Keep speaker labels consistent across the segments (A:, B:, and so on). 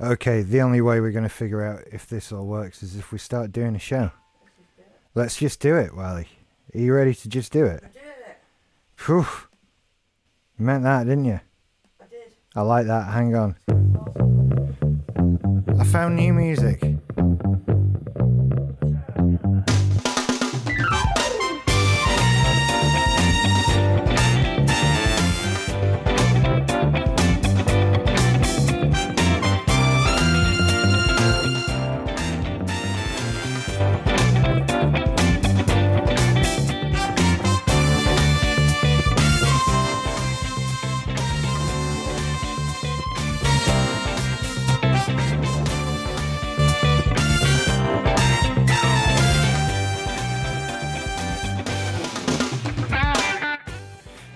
A: Okay, the only way we're going to figure out if this all works is if we start doing a show. Let's just do it, Wally. Are you ready to just do it?
B: I did it.
A: Phew. You meant that, didn't you?
B: I did.
A: I like that. Hang on. I found new music.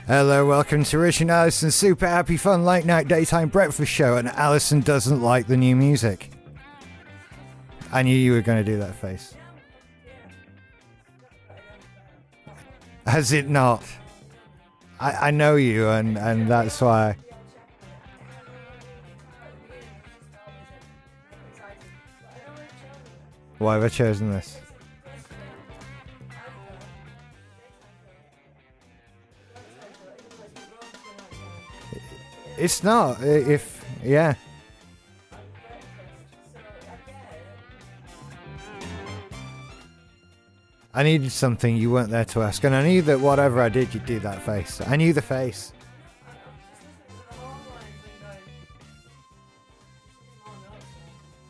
A: Hello, welcome to Rich and Allison's super happy fun late night daytime breakfast show. And Allison doesn't like the new music. I knew you were going to do that face. Has it not? I, I know you, and, and that's why. Why have I chosen this? It's not. i- If yeah. I needed something you weren't there to ask, and I knew that whatever I did, you'd do that face. I knew the face.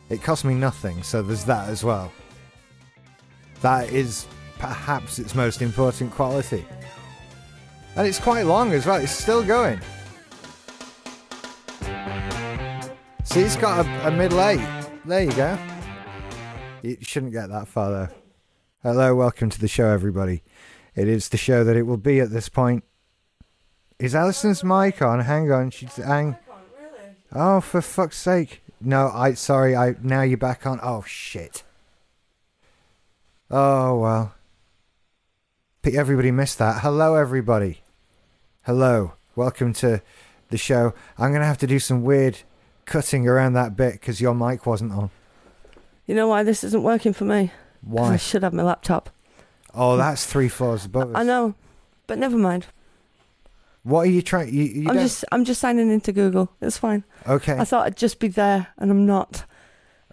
A: It cost me nothing, so there's that as well. That is perhaps its most important quality. And it's quite long as well, it's still going. See, it's got a, a middle eight. There you go. It shouldn't get that far though. Hello, welcome to the show, everybody. It is the show that it will be at this point. Is Alison's mic on? Hang on, she's hang. Oh, for fuck's sake! No, I sorry. I now you're back on. Oh shit. Oh well. But everybody missed that. Hello, everybody. Hello, welcome to the show. I'm gonna have to do some weird cutting around that bit because your mic wasn't on.
B: You know why this isn't working for me? 'Cause I
A: Why?
B: should have my laptop.
A: Oh, that's three floors above us.
B: I know, but never mind.
A: What are you trying? You, you
B: I'm
A: don't-
B: just I'm just signing into Google. It's fine.
A: okay.
B: I thought I'd just be there, and I'm not.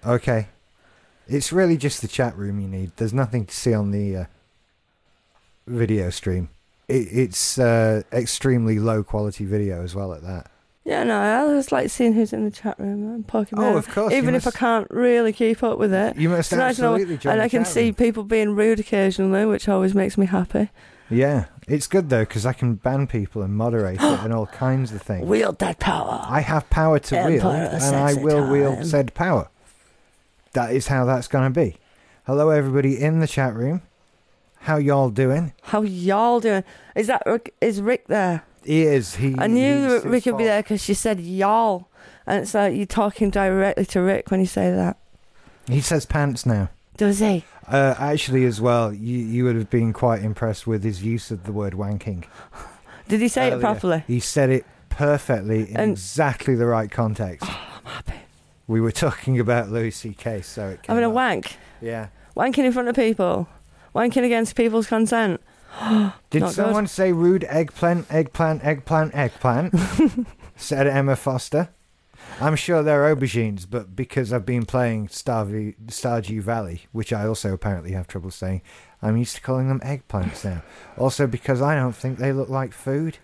A: Okay. It's really just the chat room you need. There's nothing to see on the uh, video stream. It, it's uh, extremely low quality video as well at that.
B: Yeah, no, I just like seeing who's in the chat room and poking
A: Oh,
B: around.
A: of course. you
B: Even if I
A: must-
B: can't really keep up with it.
A: You must
B: It's nice to know-
A: absolutely join
B: and
A: the
B: I can
A: chat
B: see
A: room.
B: people being rude occasionally, which always makes me happy.
A: Yeah. It's good though because I can ban people and moderate it and all kinds of things.
B: Wield that power.
A: I have power to
B: Empire
A: wield,
B: of
A: and I
B: sexy
A: will
B: time.
A: wield said power. That is how that's going to be. Hello, everybody in the chat room. How y'all doing?
B: How y'all doing? Is that Rick, is Rick there?
A: He is. He.
B: I knew
A: he's-
B: that Rick
A: his
B: would be
A: fault.
B: there because she said y'all, and it's like you're talking directly to Rick when you say that.
A: He says pants now.
B: Does he?
A: Uh, actually, as well, you you would have been quite impressed with his use of the word wanking.
B: Did he say
A: earlier.
B: it properly?
A: He said it perfectly in
B: And-
A: exactly the right context.
B: I'm happy.
A: We were talking about Louis C.K., so it. Came
B: Having a
A: up.
B: wank,
A: Yeah.
B: wanking in front of people, wanking against people's consent.
A: Did
B: Not good.
A: someone say rude eggplant, eggplant, eggplant, eggplant? said Emma Foster. I'm sure they're aubergines, but because I've been playing Starvey, Stardew Valley, which I also apparently have trouble saying, I'm used to calling them eggplants now. Also, because I don't think they look like food.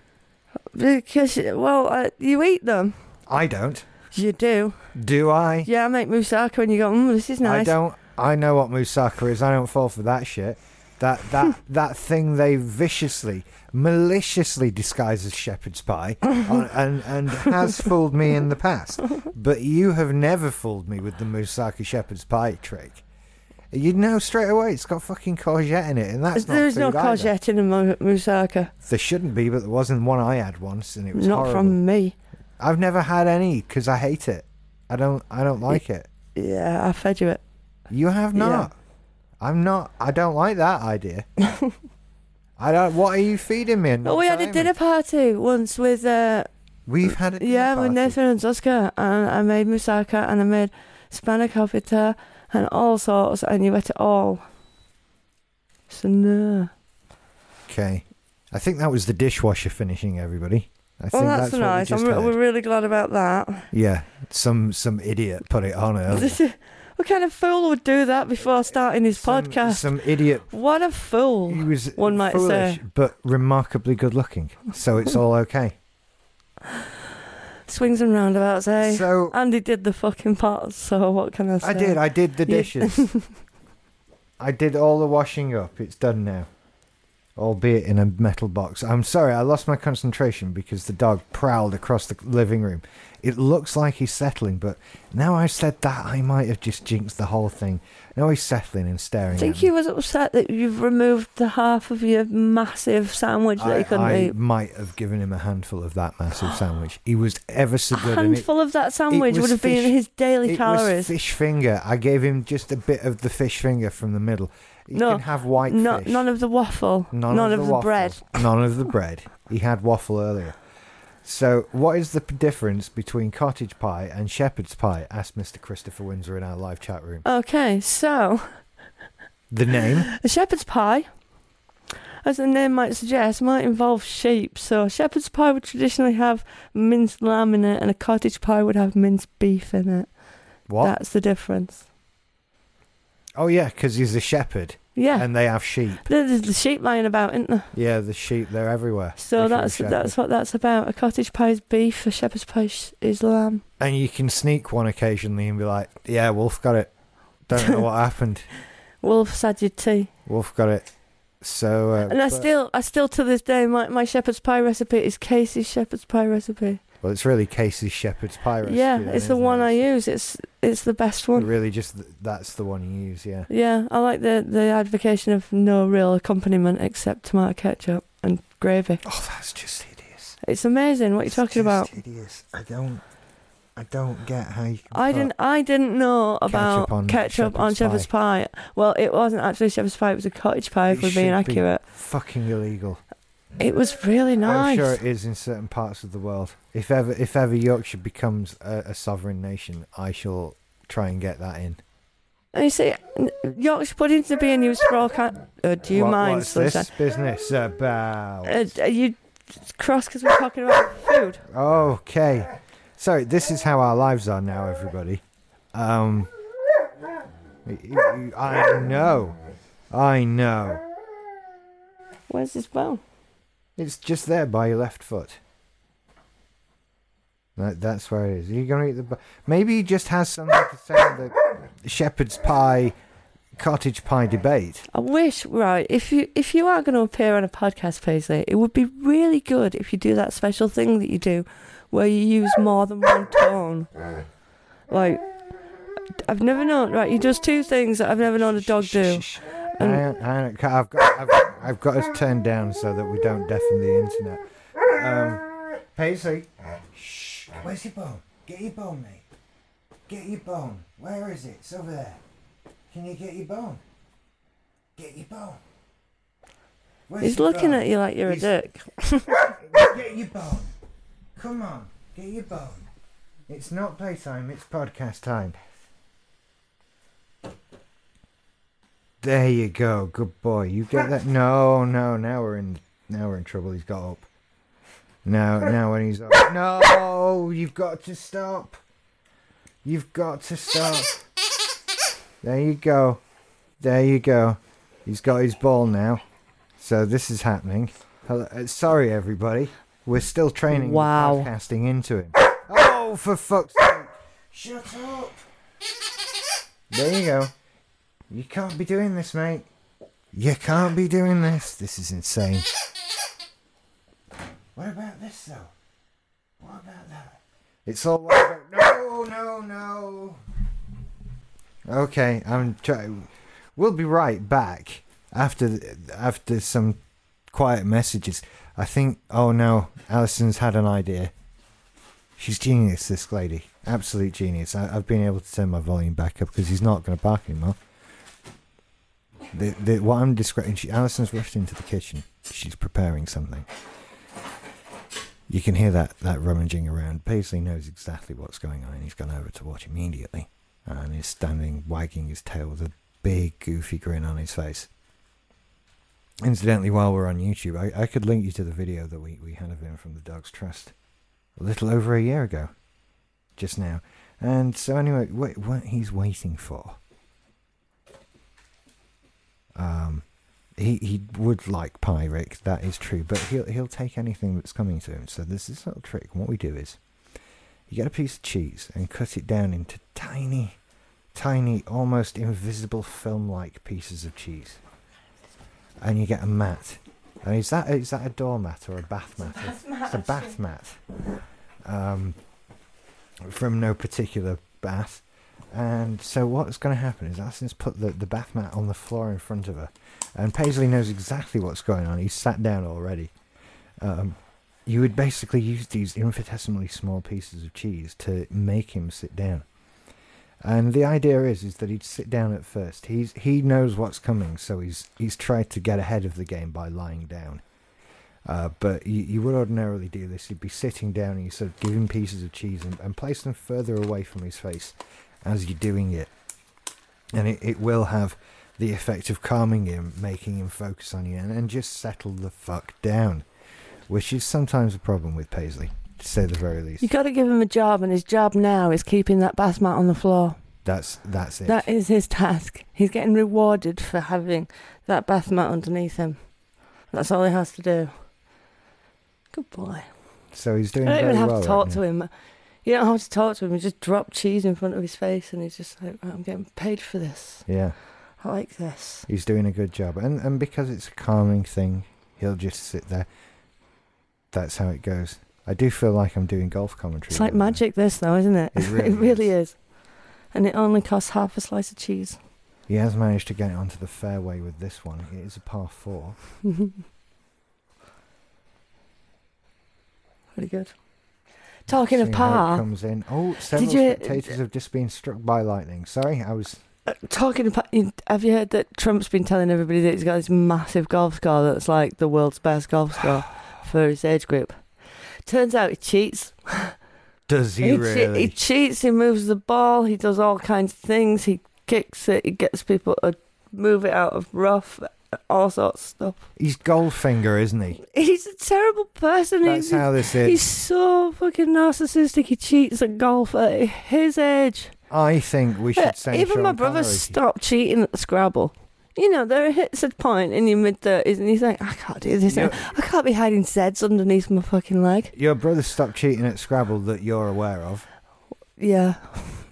B: Because well, uh, you eat them.
A: I don't.
B: You do.
A: Do I?
B: Yeah, I make moussaka, and you go, mm, this is
A: I
B: nice.
A: don't. I know what moussaka is. I don't fall for that shit. That that that thing they viciously, maliciously disguise as shepherd's pie, on, and and has fooled me in the past. But you have never fooled me with the moussaka shepherd's pie trick. You know straight away it's got fucking courgette in it, and that's not
B: there is no
A: food either.
B: courgette in a mou- moussaka.
A: There shouldn't be, but there wasn't one I had once, and it was
B: Not
A: horrible.
B: from me.
A: I've never had any because I hate it. I don't. I don't like it.
B: Yeah, I fed you it.
A: You have
B: Yeah.
A: not. I'm not. I don't like that idea. I don't. What are you feeding me? and
B: Oh,
A: not
B: we had a
A: timing?
B: dinner party once with uh,
A: We've had it.
B: Yeah, with Nathan and Zuska, and I made moussaka, and I made spanakopita, and all sorts, and you ate it all. So no.
A: Okay. I think that was the dishwasher finishing everybody. I
B: well,
A: think
B: that's,
A: that's
B: nice.
A: what
B: I'm
A: we
B: re-
A: just
B: we're
A: heard.
B: really glad about that.
A: Yeah, some some idiot put it on earlier.
B: what kind of fool would do that before starting his
A: Some-
B: podcast?
A: Some idiot.
B: What a fool!
A: He was
B: one might
A: foolish,
B: say.
A: but remarkably good looking. So it's all okay.
B: Swings and roundabouts, eh?
A: So
B: Andy did the fucking pots, so what can I say?
A: I did. I did the
B: You-
A: dishes. I did all the washing up. It's done now. Albeit in a metal box. I'm sorry, I lost my concentration because the dog prowled across the living room. It looks like he's settling, but now I've said that, I might have just jinxed the whole thing. Now he's settling and staring
B: I
A: at
B: think
A: me.
B: he was upset that you've removed the half of your massive sandwich that
A: I,
B: he couldn't
A: I
B: eat.
A: might have given him a handful of that massive sandwich. He was ever so
B: A
A: good. and it-
B: handful of that sandwich
A: was
B: would have been
A: fish-
B: his daily
A: it was
B: calories.
A: fish finger. I gave him just a bit of the fish finger from the middle. You
B: No,
A: can have white
B: No-
A: fish.
B: none of the waffle.
A: None, of, the, waffle.
B: bread.
A: None of the bread. He had waffle earlier. So, what is the p- difference between cottage pie and shepherd's pie? Asked Mr. Christopher Windsor in our live chat room.
B: Okay, so
A: The name?
B: a shepherd's pie, as the name might suggest, might involve sheep. So a shepherd's pie would traditionally have minced lamb in it, and a cottage pie would have minced beef in it.
A: What?
B: That's the difference.
A: Oh, yeah, because he's a shepherd
B: Yeah,
A: and they have sheep.
B: there's the sheep lying about, isn't there?
A: Yeah, the sheep, they're everywhere.
B: So
A: if you're a
B: that's
A: shepherd.
B: that's what that's about. A cottage pie is beef, a shepherd's pie is- is lamb.
A: And you can sneak one occasionally and be like, yeah, Wolf got it. Don't know what happened.
B: Wolf had your tea.
A: Wolf got it. So. Uh,
B: And I
A: but-
B: still, I still to this day, my, my shepherd's pie recipe is Casey's shepherd's pie recipe.
A: Well, it's really Casey's shepherd's pie recipe.
B: yeah,
A: then,
B: it's the
A: isn't it?
B: one I
A: It's-
B: use. It's it's the best one.
A: Really, just th- that's the one you use, yeah.
B: Yeah, I like the the advocation of no real accompaniment except tomato ketchup and gravy.
A: Oh, that's just hideous.
B: It's amazing what you're
A: It's
B: talking about.
A: just Hideous. I don't. I don't get how you. Can
B: I
A: put-
B: didn't I didn't know about
A: Ketchup on
B: ketchup on
A: shepherd's
B: shepherd's pie. Well, it wasn't actually shepherd's pie; it was a cottage pie.
A: It
B: If we're being
A: should be.
B: accurate,
A: Fucking illegal.
B: it was really nice.
A: I'm Oh, sure it is in certain parts of the world. If ever, if ever Yorkshire becomes a, a sovereign nation, I shall try and get that in.
B: And you see, n- Yorkshire pudding's to be a new sprawl. Can- uh, do you
A: What-
B: mind,
A: What's
B: Sunshine?
A: this business about?
B: Uh, are you cross because we're talking about food?
A: Okay. So this is how our lives are now, everybody. Um, y- y- y- I know, I know.
B: Where's this bone?
A: It's just there by your left foot. That, that's where it is. Are you gonna eat the? bu- Maybe he just has something to say on the shepherd's pie, cottage pie debate.
B: I wish, right, if you if you are going to appear on a podcast, Paisley, it would be really good if you do that special thing that you do, where you use more than one tone. Like, I've never known, right? He does two things that I've never known a dog do.
A: I, I, I've got, I've, I've got it turned down so that we don't deafen the internet. Um, Paisley, shh. Where's your bone? Get your bone, mate. Get your bone. Where is it? It's over there. Can you get your bone? Get your bone. Where's
B: He's
A: your
B: looking
A: bone?
B: at you like you're a
A: He's-
B: dick.
A: Get your bone. Come on, get your bone. It's not playtime, it's podcast time. There you go, good boy. You get that? No, no. Now we're in. Now we're in trouble. He's got up. Now, now when he's up. No, you've got to stop. You've got to stop. There you go. There you go. He's got his ball now. So this is happening. Hello, uh, sorry, everybody. We're still training the
B: Wow.
A: podcasting into him. Oh, for fuck's sake! Shut up. There you go. You can't be doing this, mate. You can't be doing this. This is insane. What about this, though? What about that? It's all. What about... No, no, no. Okay, I'm trying. We'll be right back after th- after some quiet messages. I think. Oh no, Alison's had an idea. She's genius, this lady. Absolute genius. I, I've been able to turn my volume back up because he's not going to bark anymore. The, the, what I'm describing, she, Alison's rushed into the kitchen. She's preparing something. You can hear that, that rummaging around. Paisley knows exactly what's going on and he's gone over to watch immediately. And he's standing, wagging his tail with a big, goofy grin on his face. Incidentally, while we're on YouTube, I, I could link you to the video that we, we had of him from the Dogs Trust a little over a year ago, just now. And so, anyway, wait, what he's waiting for. Um, he he would like Pyrick, that is true, but he'll he'll take anything that's coming to him. So there's this little trick. and What we do is, you get a piece of cheese and cut it down into tiny, tiny, almost invisible film-like pieces of cheese, and you get a mat. And is that is that a doormat or a bath mat? It's a bath mat. Um, from no particular bath. And so what's going to happen is Asin's put the, the bath mat on the floor in front of her. And Paisley knows exactly what's going on. He's sat down already. Um, you would basically use these infinitesimally small pieces of cheese to make him sit down. And the idea is is that he'd sit down at first. He's he knows what's coming, so he's he's tried to get ahead of the game by lying down. Uh, but you, you would ordinarily do this. You'd be sitting down and you sort of give him pieces of cheese and, and place them further away from his face as you're doing it. And it, it will have the effect of calming him, making him focus on you, and, and just settle the fuck down, which is sometimes a problem with Paisley, to say the very least.
B: You got to give him a job, and his job now is keeping that bath mat on the floor.
A: That's that's it.
B: That is his task. He's getting rewarded for having that bath mat underneath him. That's all he has to do. Good boy.
A: so he's
B: I
A: doing.
B: don't
A: very
B: even have
A: well
B: to
A: right
B: talk
A: now.
B: to him. You don't have to talk to him. You just drop cheese in front of his face, and he's just like, "Right, I'm getting paid for this.
A: Yeah,
B: I like this.
A: he's doing a good job, and and because it's a calming thing, he'll just sit there. That's how it goes. I do feel like I'm doing golf commentary.
B: It's like
A: right now.
B: magic, this, though, isn't it?
A: It really
B: is. And it only costs half a slice of cheese.
A: He has managed to get onto the fairway with this one. It is a par four.
B: Pretty good. Talking of
A: Seeing how it
B: par,
A: comes in. Oh, several
B: you-
A: spectators have just been struck by lightning. Sorry, I was.
B: uh, talking of par, you- have you heard that Trump's been telling everybody that he's got this massive golf score that's like the world's best golf score for his age group? Turns out he cheats.
A: Does
B: che- he cheats. He moves the ball. He does all kinds of things. He kicks it. He gets people to move it out of rough. All sorts of stuff.
A: He's Goldfinger, isn't he?
B: He's a terrible person.
A: That's
B: he's,
A: how this is.
B: he's so fucking narcissistic. He cheats at golf at his age.
A: I think we
B: Uh,
A: should send
B: Even my
A: Sean
B: brother
A: Connery.
B: stopped cheating at Scrabble. You know, there hits a point in your mid thirties, and he's like, "I can't do this.
A: Your,
B: I can't be hiding Zeds underneath my fucking leg."
A: your brother stopped cheating at Scrabble that you're aware of.
B: Yeah,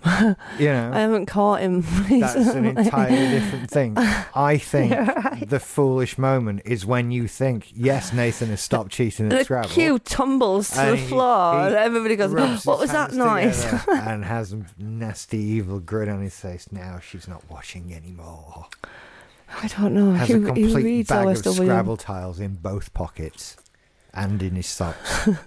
B: I
A: You know,
B: haven't caught him.
A: that's an
B: recently.
A: entirely different thing. I think
B: You're right.
A: the foolish moment is when you think, yes, Nathan has stopped cheating at
B: The
A: Scrabble.
B: cue tumbles to
A: And
B: the
A: he-
B: floor,
A: he
B: and everybody goes,
A: rubs
B: "What
A: his
B: was that
A: hands
B: noise?"
A: together and has a nasty, evil grin on his face. Now she's not watching anymore.
B: I don't know.
A: Has
B: he,
A: a
B: he
A: complete
B: reads
A: bag of
B: OSW.
A: Scrabble tiles in both pockets and in his socks.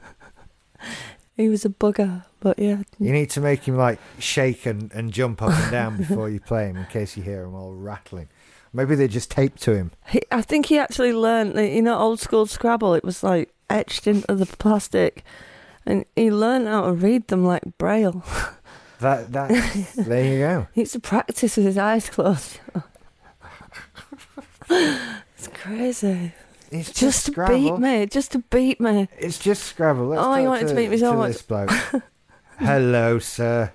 B: He was a bugger, but yeah,
A: You need to make him like shake and, and jump up and down before you play him in case you hear him all rattling. Maybe they're just taped to him.
B: He, I think he actually learned, you know, old school Scrabble. It was like etched into the plastic, and he learned how to read them like Braille.
A: That that there you go.
B: He used to practice with his eyes closed. it's crazy.
A: It's just,
B: Just, to
A: Scrabble.
B: beat me, just to beat me.
A: It's just Scrabble. Let's
B: Oh,
A: go
B: you wanted to beat me so much.
A: This bloke. Hello, sir.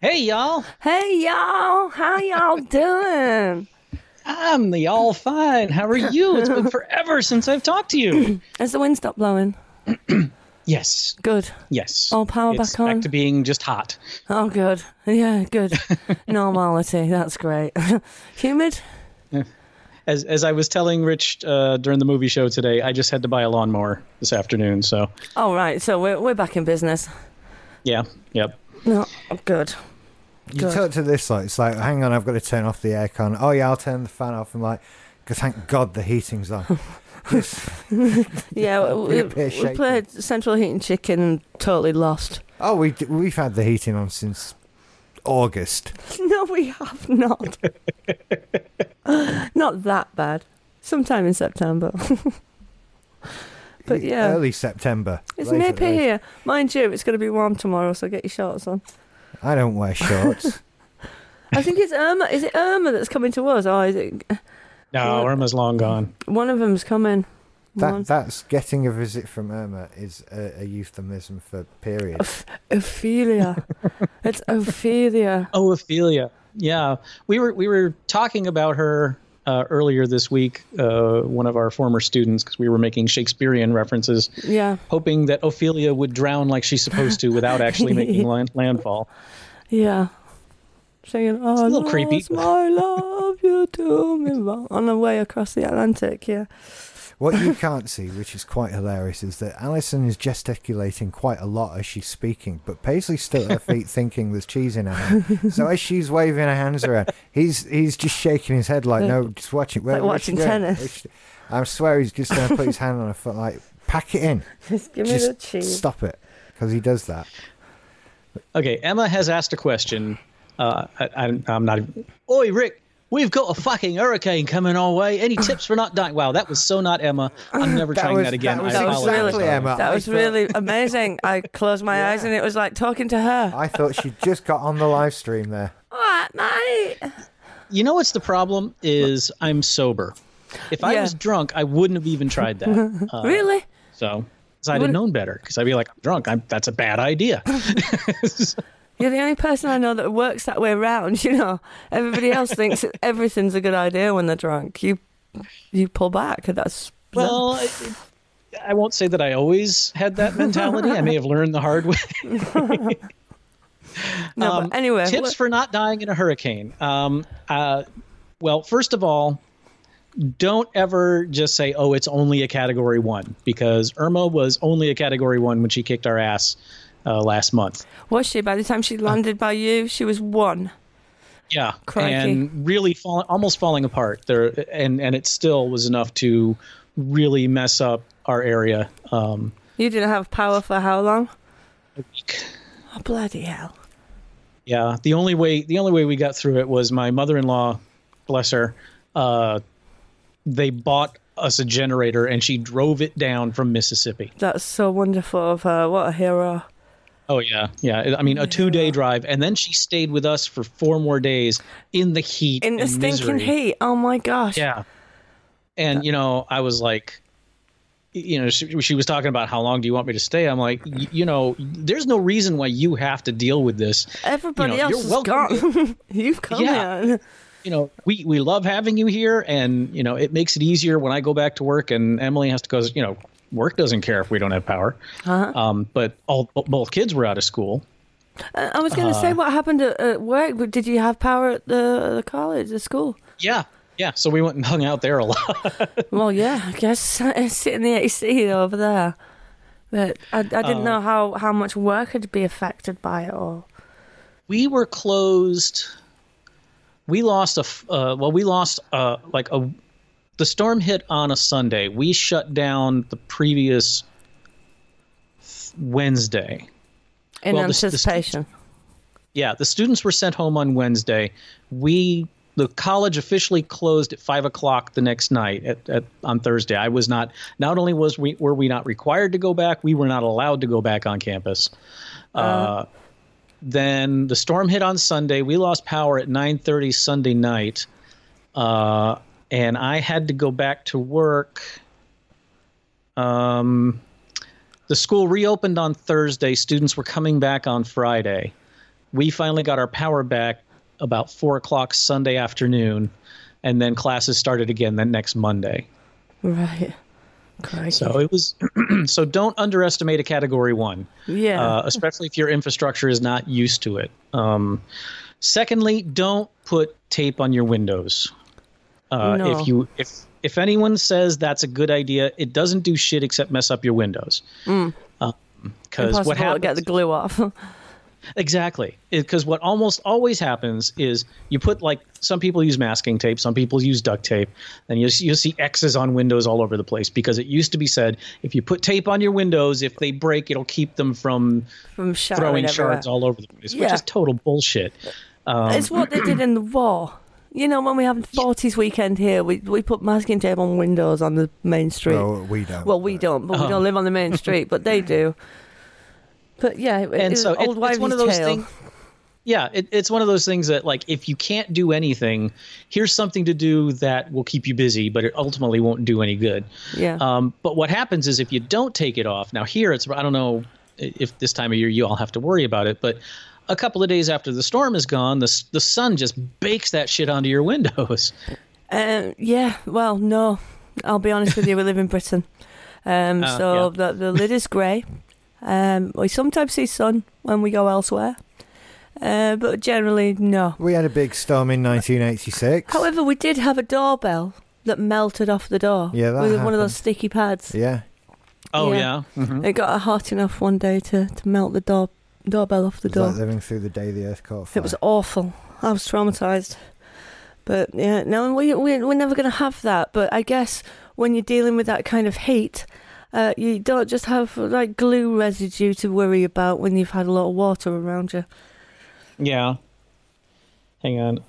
C: Hey y'all,
B: Hey y'all, how y'all doing?
C: I'm the all fine. How are you? It's been forever since I've talked to you.
B: Has the wind stopped blowing?
C: Yes,
B: Good.
C: yes.
B: All power
C: it's
B: Oh, back on.
C: back to being just hot.
B: Oh, good. Yeah, good. Normality. That's great. Humid.
C: As as I was telling Rich uh, during the movie show today, I just had to buy a lawnmower this afternoon. So
B: All right. So we're we're back in business.
C: yeah, yep.
B: No, good.
A: You
B: Good.
A: talk to this like it's like, hang on, I've got to turn off the aircon. Oh yeah, I'll turn the fan off. I'm like, "Good, thank God the heating's on. Just,
B: Yeah, we,
A: Peter Pear
B: we
A: shaking.
B: played Central Heat and Chicken and totally lost.
A: oh, we d- we've had the heating on since August.
B: No, we have not. not that bad. Sometime in September. But yeah.
A: E, early September.
B: It's
A: Late at
B: nippy
A: least.
B: here. Mind you, it's going to be warm tomorrow, so get your shorts on.
A: I don't wear shorts.
B: I think it's Irma. Is it Irma that's coming to us? Or is it
C: No,
B: What?
C: Irma's long gone.
B: one of them's coming?
A: that
B: One.
A: that's getting a visit from Irma is a, a euphemism for period.
B: Ophelia. it's Ophelia.
C: Oh, Ophelia. Yeah, we were we were talking about her uh, earlier this week. Uh, one of our former students, because we were making Shakespearean references,
B: Yeah,
C: hoping that Ophelia would drown like she's supposed to without actually making land, landfall.
B: yeah. Singing, oh,
C: a little creepy.
B: my love, you do me wrong. On the way across the Atlantic, yeah.
A: What you can't see, which is quite hilarious, is that Alison is gesticulating quite a lot as she's speaking, but Paisley's still at her feet thinking there's cheese in her hand. So as she's waving her hands around, he's he's just shaking his head like, no, just watch it. Where,
B: Like
A: where's she
B: watching
A: going?
B: tennis.
A: Where's she- I swear he's just going to put his hand on her foot like, pack it in.
B: Just give me the
A: Just
B: cheese.
A: stop it. Because he does that.
C: Okay, Emma has asked a question. Uh, I, I'm, I'm not. even- Oi, Rick. We've got a fucking hurricane coming our way. Any tips for not dying? Wow, that was so not Emma. I'm never trying
A: was-
C: that again.
A: that was
C: I apologize.
A: exactly Emma.
B: That
A: I
B: was
A: thought-
B: really amazing. I closed my eyes and it was like talking to her.
A: I thought she just got on the live stream there.
B: All right, mate.
C: You know what's the problem is I'm sober. If I
B: Yeah.
C: was drunk, I wouldn't have even tried that. Uh,
B: really?
C: So, 'cause I'd have known better. Because I'd be like, I'm drunk. I'm, that's a bad idea.
B: You're the only person I know that works that way round. You know, everybody else thinks that everything's a good idea when they're drunk. You, you pull back. That's
C: well, I, I won't say that I always had that mentality. I may have learned the hard way.
B: no.
C: Um,
B: but anyway,
C: tips
B: what-
C: for not dying in a hurricane. Um, uh, well, first of all, don't ever just say, "Oh, it's only a Category One," because Irma was only a Category One when she kicked our ass uh, last month.
B: was she by the time she landed by you? She was one.
C: Yeah,
B: Crikey.
C: and really falling, almost falling apart there, and and it still was enough to really mess up our area. Um,
B: You didn't have power for how long? Oh bloody hell!
C: Yeah, the only way the only way we got through it was my mother-in-law, bless her, uh, they bought us a generator and she drove it down from Mississippi.
B: That's so wonderful of her. What a hero!
C: Oh yeah, yeah. I mean, a two-day drive, and then she stayed with us for four more days in the heat,
B: In the
C: and
B: stinking
C: misery.
B: heat. Oh my gosh!
C: Yeah, and you know, I was like. You know, she, she was talking about how long do you want me to stay? I'm like, y- you know, there's no reason why you have to deal with this.
B: Everybody
C: You know,
B: else
C: you're
B: has
C: welcome.
B: gone. You've come
C: Yeah.
B: here.
C: you know, we, we love having you here and, you know, it makes it easier when I go back to work and Emily has to go, you know, work doesn't care if we don't have power. Um, but all, bo- both kids were out of school.
B: I I was going to say
C: Uh.
B: what happened at, at work. But did you have power at the, the college, the school?
C: Yeah. Yeah. So we went and hung out there a lot.
B: Well, yeah, I guess sit in the AC over there. But I, I didn't
C: Uh.
B: know how, how much work would be affected by it all.
C: we were closed. We lost a, f- uh, well, we lost, uh, like a, the storm hit on a Sunday. We shut down the previous Wednesday.
B: In
C: Well, the s- the students-
B: anticipation.
C: Yeah, the students were sent home on Wednesday. We the college officially closed at five o'clock the next night at, at on Thursday. I was not not only was we were we not required to go back, we were not allowed to go back on campus. Uh, then the storm hit on Sunday. We lost power at nine thirty Sunday night, uh, and I had to go back to work. Um, the school reopened on Thursday. Students were coming back on Friday we finally got our power back about four o'clock Sunday afternoon, and then classes started again that next Monday.
B: right. Crikey.
C: So it was. so don't underestimate a Category One,
B: yeah.
C: uh, especially if your infrastructure is not used to it. Um, secondly, don't put tape on your windows. Uh,
B: No.
C: If you if if anyone says that's a good idea, it doesn't do shit except mess up your windows. Because
B: Mm. Impossible
C: what happens?
B: to get the glue off.
C: Exactly. Because what almost always happens is you put like some people use masking tape, some people use duct tape, and you you see X's on windows all over the place because it used to be said if you put tape on your windows, if they break, it'll keep them from
B: from shattering
C: throwing
B: everywhere.
C: shards all over the place,
B: Yeah.
C: which is total bullshit.
B: it's what they did in the war. You know, when we have 40s weekend here, we, we put masking tape on windows on the main street.
A: Well, we don't.
B: well, we don't, but we
C: Oh.
B: don't live on the main street, but they do. But yeah, it,
C: and
B: it's
C: so
B: an
C: it-
B: old
C: it's one
B: wives'
C: of those
B: tale.
C: things. Yeah, it, it's one of those things that like if you can't do anything, here's something to do that will keep you busy, but it ultimately won't do any good.
B: Yeah.
C: Um, but what happens is if you don't take it off, now here it's, I don't know if this time of year you all have to worry about it, but a couple of days after the storm is gone, the, s- the sun just bakes that shit onto your windows.
B: Um, yeah, well, no. I'll be honest with you, we live in Britain. Um,
C: Ah,
B: so the, the lid is grey. Um, we sometimes see sun when we go elsewhere, uh, but generally, no.
A: We had a big storm in 1986.
B: However, we did have a doorbell that melted off the door
A: Yeah, that
B: with one of
A: happened.
B: those sticky pads.
A: yeah.
C: Oh,
B: Yeah.
C: yeah. Mhm.
B: It got hot enough one day to, to melt the door doorbell off the
A: It was
B: door.
A: like living through the day the earth caught fire.
B: It was awful. I was traumatized. But yeah, no, we, we, we're never going to have that. But I guess when you're dealing with that kind of heat, uh, you don't just have like glue residue to worry about when you've had a lot of water around you.
C: Yeah. Hang on.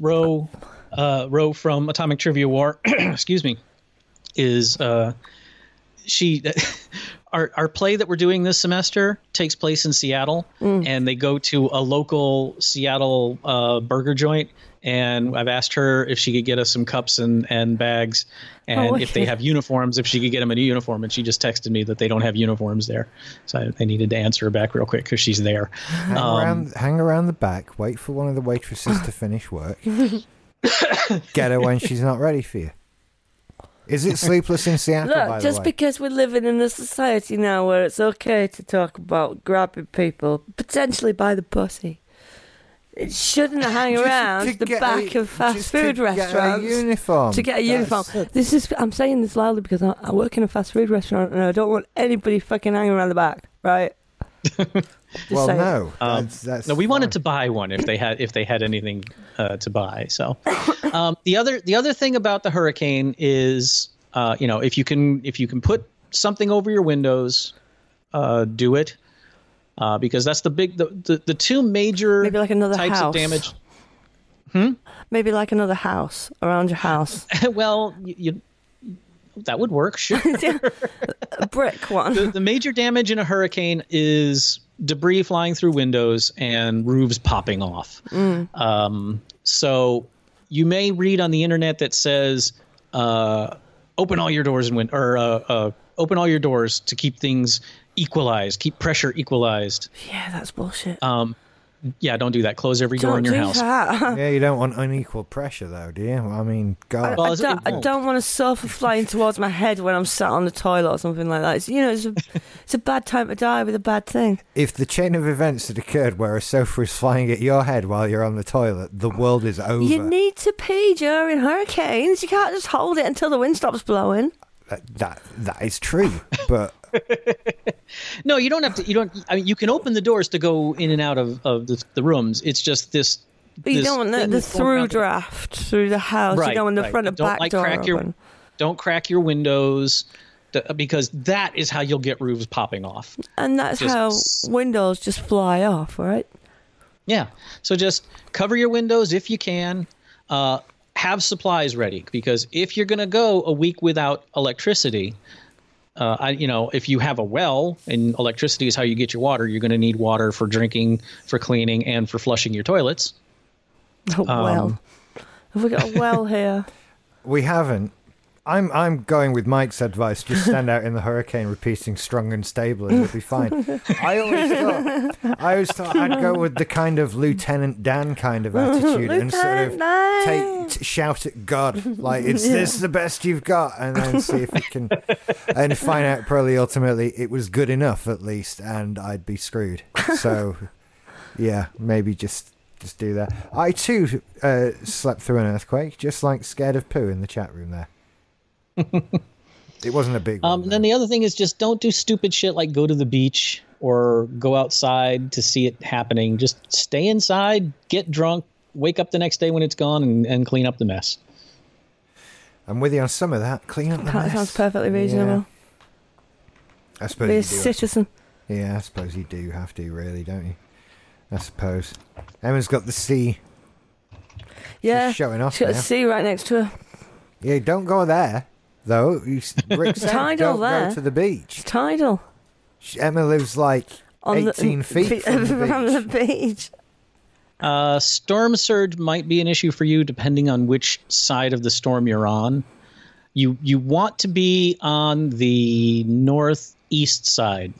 C: Roe, uh, Roe from Atomic Trivia War, excuse me, is uh, she. Our, our play that we're doing this semester takes place in Seattle, and they go to a local Seattle uh, burger joint. And I've asked her if she could get us some cups and, and bags, and
B: Oh,
C: if they
B: okay.
C: have uniforms, if she could get them a new uniform. And she just texted me that they don't have uniforms there, so I, I needed to answer her back real quick because she's there.
A: hang,
C: Um,
A: around, hang around the back, wait for one of the waitresses to finish work. Get her when she's not ready for you. Is it sleepless in Seattle? by
B: Look, just
A: the way?
B: because we're living in a society now where it's okay to talk about grabbing people, potentially by the pussy, it shouldn't hang
A: Just
B: around
A: to
B: the
A: get
B: back
A: a-
B: of fast
A: just
B: food
A: to
B: restaurants.
A: Get a uniform.
B: to get a
A: Um, That's-
B: uniform. This is I'm saying this loudly because I, I work in a fast food restaurant and I don't want anybody fucking hanging around the back, right? Just
A: Well,
B: saying.
A: no.
C: Um,
A: that's, that's
C: No, we wanted
A: fine.
C: to buy one if they had if they had anything uh, to buy. So um, the other the other thing about the hurricane is uh, you know if you can if you can put something over your windows, uh, do it uh, because that's the big the, the, the two major
B: Maybe like another
C: types
B: house.
C: of damage.
B: Maybe like another house around your house,
C: well, you, you that would work, sure.
B: a brick
C: the,
B: one.
C: the major damage in a hurricane is debris flying through windows and roofs popping off.
B: Mm.
C: Um, so you may read on the internet that says, uh, "Open all your doors and win," or uh, uh, "Open all your doors to keep things equalized, keep pressure equalized."
B: yeah, that's bullshit.
C: Yeah, don't do that. Close every door
B: don't
C: in your
B: do
C: house.
B: that.
A: Yeah, you don't want unequal pressure, though, do you? I mean, God.
C: Well,
B: I
C: it
B: don't, I
C: won't.
B: don't want a sofa flying towards my head when I'm sat on the toilet or something like that. It's, you know, it's a, it's a bad time to die with a bad thing.
A: if the chain of events had occurred where a sofa is flying at your head while you're on the toilet, the world is over.
B: You need to pee during hurricanes. You can't just hold it until the wind stops blowing.
A: that, that that is true, but
C: No, you don't have to. You don't. I mean, you can open the doors to go in and out of of the, the rooms. It's just this.
B: But you
C: this
B: don't want the,
C: thing
B: the
C: that's going
B: through
C: around the-
B: draft through the house. you don't want the front and
C: don't
B: back
C: like
B: door
C: crack your,
B: open.
C: Don't crack your windows d- because that is how you'll get roofs popping off.
B: And that's
C: just
B: how
C: s-
B: windows just fly off, right?
C: Yeah. So just cover your windows if you can. Uh, have supplies ready because if you're going to go a week without electricity, uh, I, you know, if you have a well and electricity is how you get your water, you're going to need water for drinking, for cleaning, and for flushing your toilets.
B: Oh,
C: Um,
B: well. Have we got a well here?
A: we haven't. I'm I'm going with Mike's advice. Just stand out in the hurricane, repeating "strong and stable," and you'll be fine. I always thought I always thought I'd go with the kind of Lieutenant Dan kind of attitude and sort of
B: Lieutenant Dan!
A: take t- shout at God like, "It's this the best you've got?" and then see if it can, and find out probably ultimately it was good enough at least, and I'd be screwed. So, yeah, maybe just. Just do that. I too uh, slept through an earthquake, just like scared of poo in the chat room there. It wasn't a big
C: Um,
A: one.
C: and then
A: though.
C: the other thing is just don't do stupid shit like go to the beach or go outside to see it happening. Just stay inside, get drunk, wake up the next day when it's gone, and, and clean up the mess.
A: I'm with you on some of that. Clean up the
B: That
A: mess.
B: sounds perfectly reasonable.
A: I suppose
B: Be
A: you
B: a
A: do.
B: citizen.
A: Yeah, I suppose you do have to, really, don't you? I suppose. Emma's got the C.
B: Yeah.
A: She's showing off
B: She's got a
A: now.
B: C right next to her.
A: Yeah, don't go there, though. You s- Rick said,
B: tidal
A: don't
B: there.
A: go to the beach.
B: It's tidal.
A: She- Emma lives like
B: On
A: 18
B: the,
A: feet from the
B: from
A: beach.
B: the beach.
C: Uh, storm surge might be an issue for you depending on which side of the storm you're on. You you want to be on the northeast side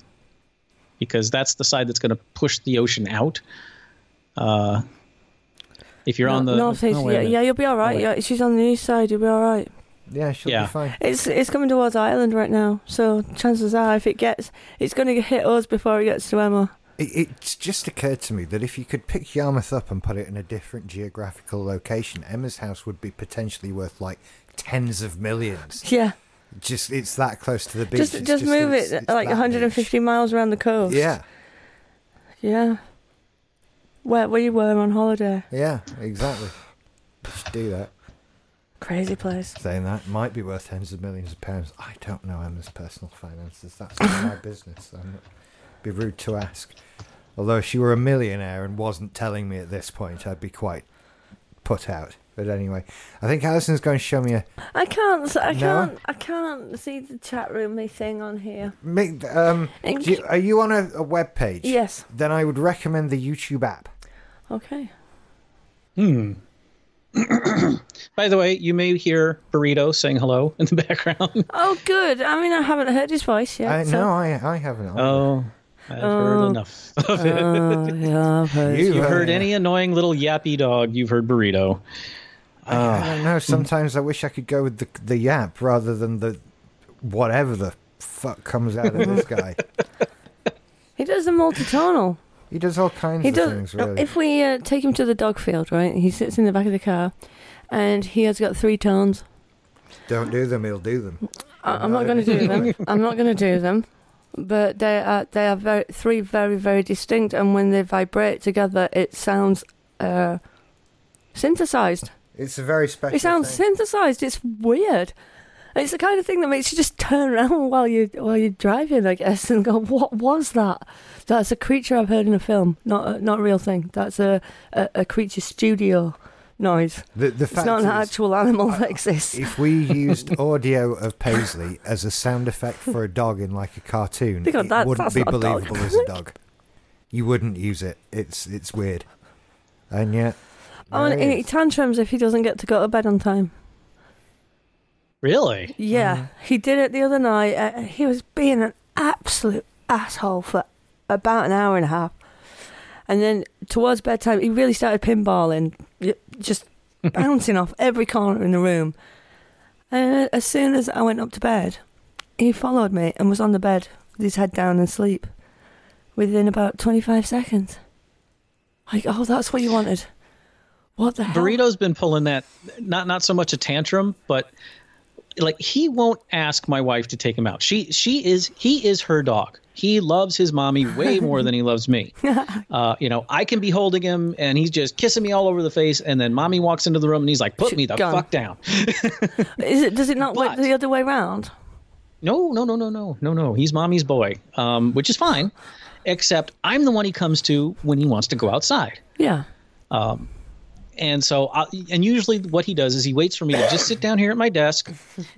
C: because that's the side that's going to push the ocean out. Uh, if you're on the
B: North East.
C: oh, wait a
B: yeah,
C: minute.
B: yeah, you'll be all right.
C: wait.
B: Yeah, she's on the east side. You'll be all right.
A: Yeah, she'll
C: Yeah.
A: be fine.
B: It's it's coming towards Ireland right now, so chances are, if it gets, it's going to hit us before it gets to Emma.
A: It, it's just occurred to me that if you could pick Yarmouth up and put it in a different geographical location, Emma's house would be potentially worth like tens of millions.
B: Yeah,
A: Just it's that close to the beach.
B: just
A: it's
B: just move
A: it's-
B: it
A: it's
B: like
A: that
B: 150 miles around the coast.
A: beach. Yeah,
B: yeah. Where we were on holiday,
A: yeah, exactly. You should do that.
B: crazy place.
A: Saying that might be worth tens of millions of pounds. I don't know Emma's personal finances. That's not my business. I'm not, be rude to ask. Although if she were a millionaire and wasn't telling me at this point, I'd be quite put out. But anyway, I think Alison's going to show me a
B: I can't, s- I
A: No?
B: can't, I can't see the chat roomy thing on here.
A: Make, um,
B: Thank
A: do you-
B: you.
A: are you on a, a web page?
B: Yes.
A: Then I would recommend the YouTube app.
B: Okay.
C: Hmm. By the way, you may hear Burrito saying hello in the background.
B: Oh, good. I mean, I haven't heard his voice yet.
A: I,
B: so-
A: no, I, I haven't.
C: Oh, I've
B: Oh.
C: heard enough of it.
B: Oh, yeah, I've heard.
A: You-
C: You've heard
A: Yeah.
C: any annoying little yappy dog, you've heard Burrito.
A: I don't know. Sometimes I wish I could go with the the yap rather than the whatever the fuck comes out of this guy.
B: He does the multitonal.
A: He does all kinds
B: He
A: of
B: does.
A: things, really.
B: If we uh, take him to the dog field, right? He sits in the back of the car, and he has got three tones.
A: Don't do them, he'll do them.
B: I, I'm not going to do them. I'm not going to do them. But they are they are very, three very very distinct, and when they vibrate together, it sounds uh, synthesized.
A: It's a very special.
B: It sounds
A: thing.
B: synthesized. It's weird. It's the kind of thing that makes you just turn around while you while you're driving, I guess, and go, "What was that?" That's a creature I've heard in a film, not a, not a real thing. That's a, a a creature studio noise.
A: The, the
B: It's
A: fact
B: not an
A: is,
B: actual animal that exists.
A: if we used audio of Paisley as a sound effect for a dog in like a cartoon,
B: Think of
A: it
B: that,
A: wouldn't
B: that's
A: be
B: not a dog.
A: believable as a dog. You wouldn't use it. It's it's weird, and yet.
B: Oh, and
A: there it
B: he
A: is.
B: tantrums if he doesn't get to go to bed on time.
C: Really?
B: Yeah, he did it the other night. Uh, he was being an absolute asshole for about an hour and a half. And then towards bedtime, he really started pinballing, y- just bouncing off every corner in the room. And as soon as I went up to bed, he followed me and was on the bed with his head down and asleep within about 25 seconds. Like, oh, that's what you wanted. What the hell?
C: Burrito's been pulling that not not so much a tantrum, but like he won't ask my wife to take him out. She she is he is her dog. He loves his mommy way more than he loves me. Uh, you know, I can be holding him and he's just kissing me all over the face, and then mommy walks into the room and he's like, "Put me the
B: Gone.
C: fuck down."
B: Is it, does it not work
C: But-
B: the other way round?
C: No, no, no, no, no, no, no. He's mommy's boy, um, which is fine, except I'm the one he comes to when he wants to go outside.
B: Yeah.
C: And so, I, and usually what he does is he waits for me to just sit down here at my desk,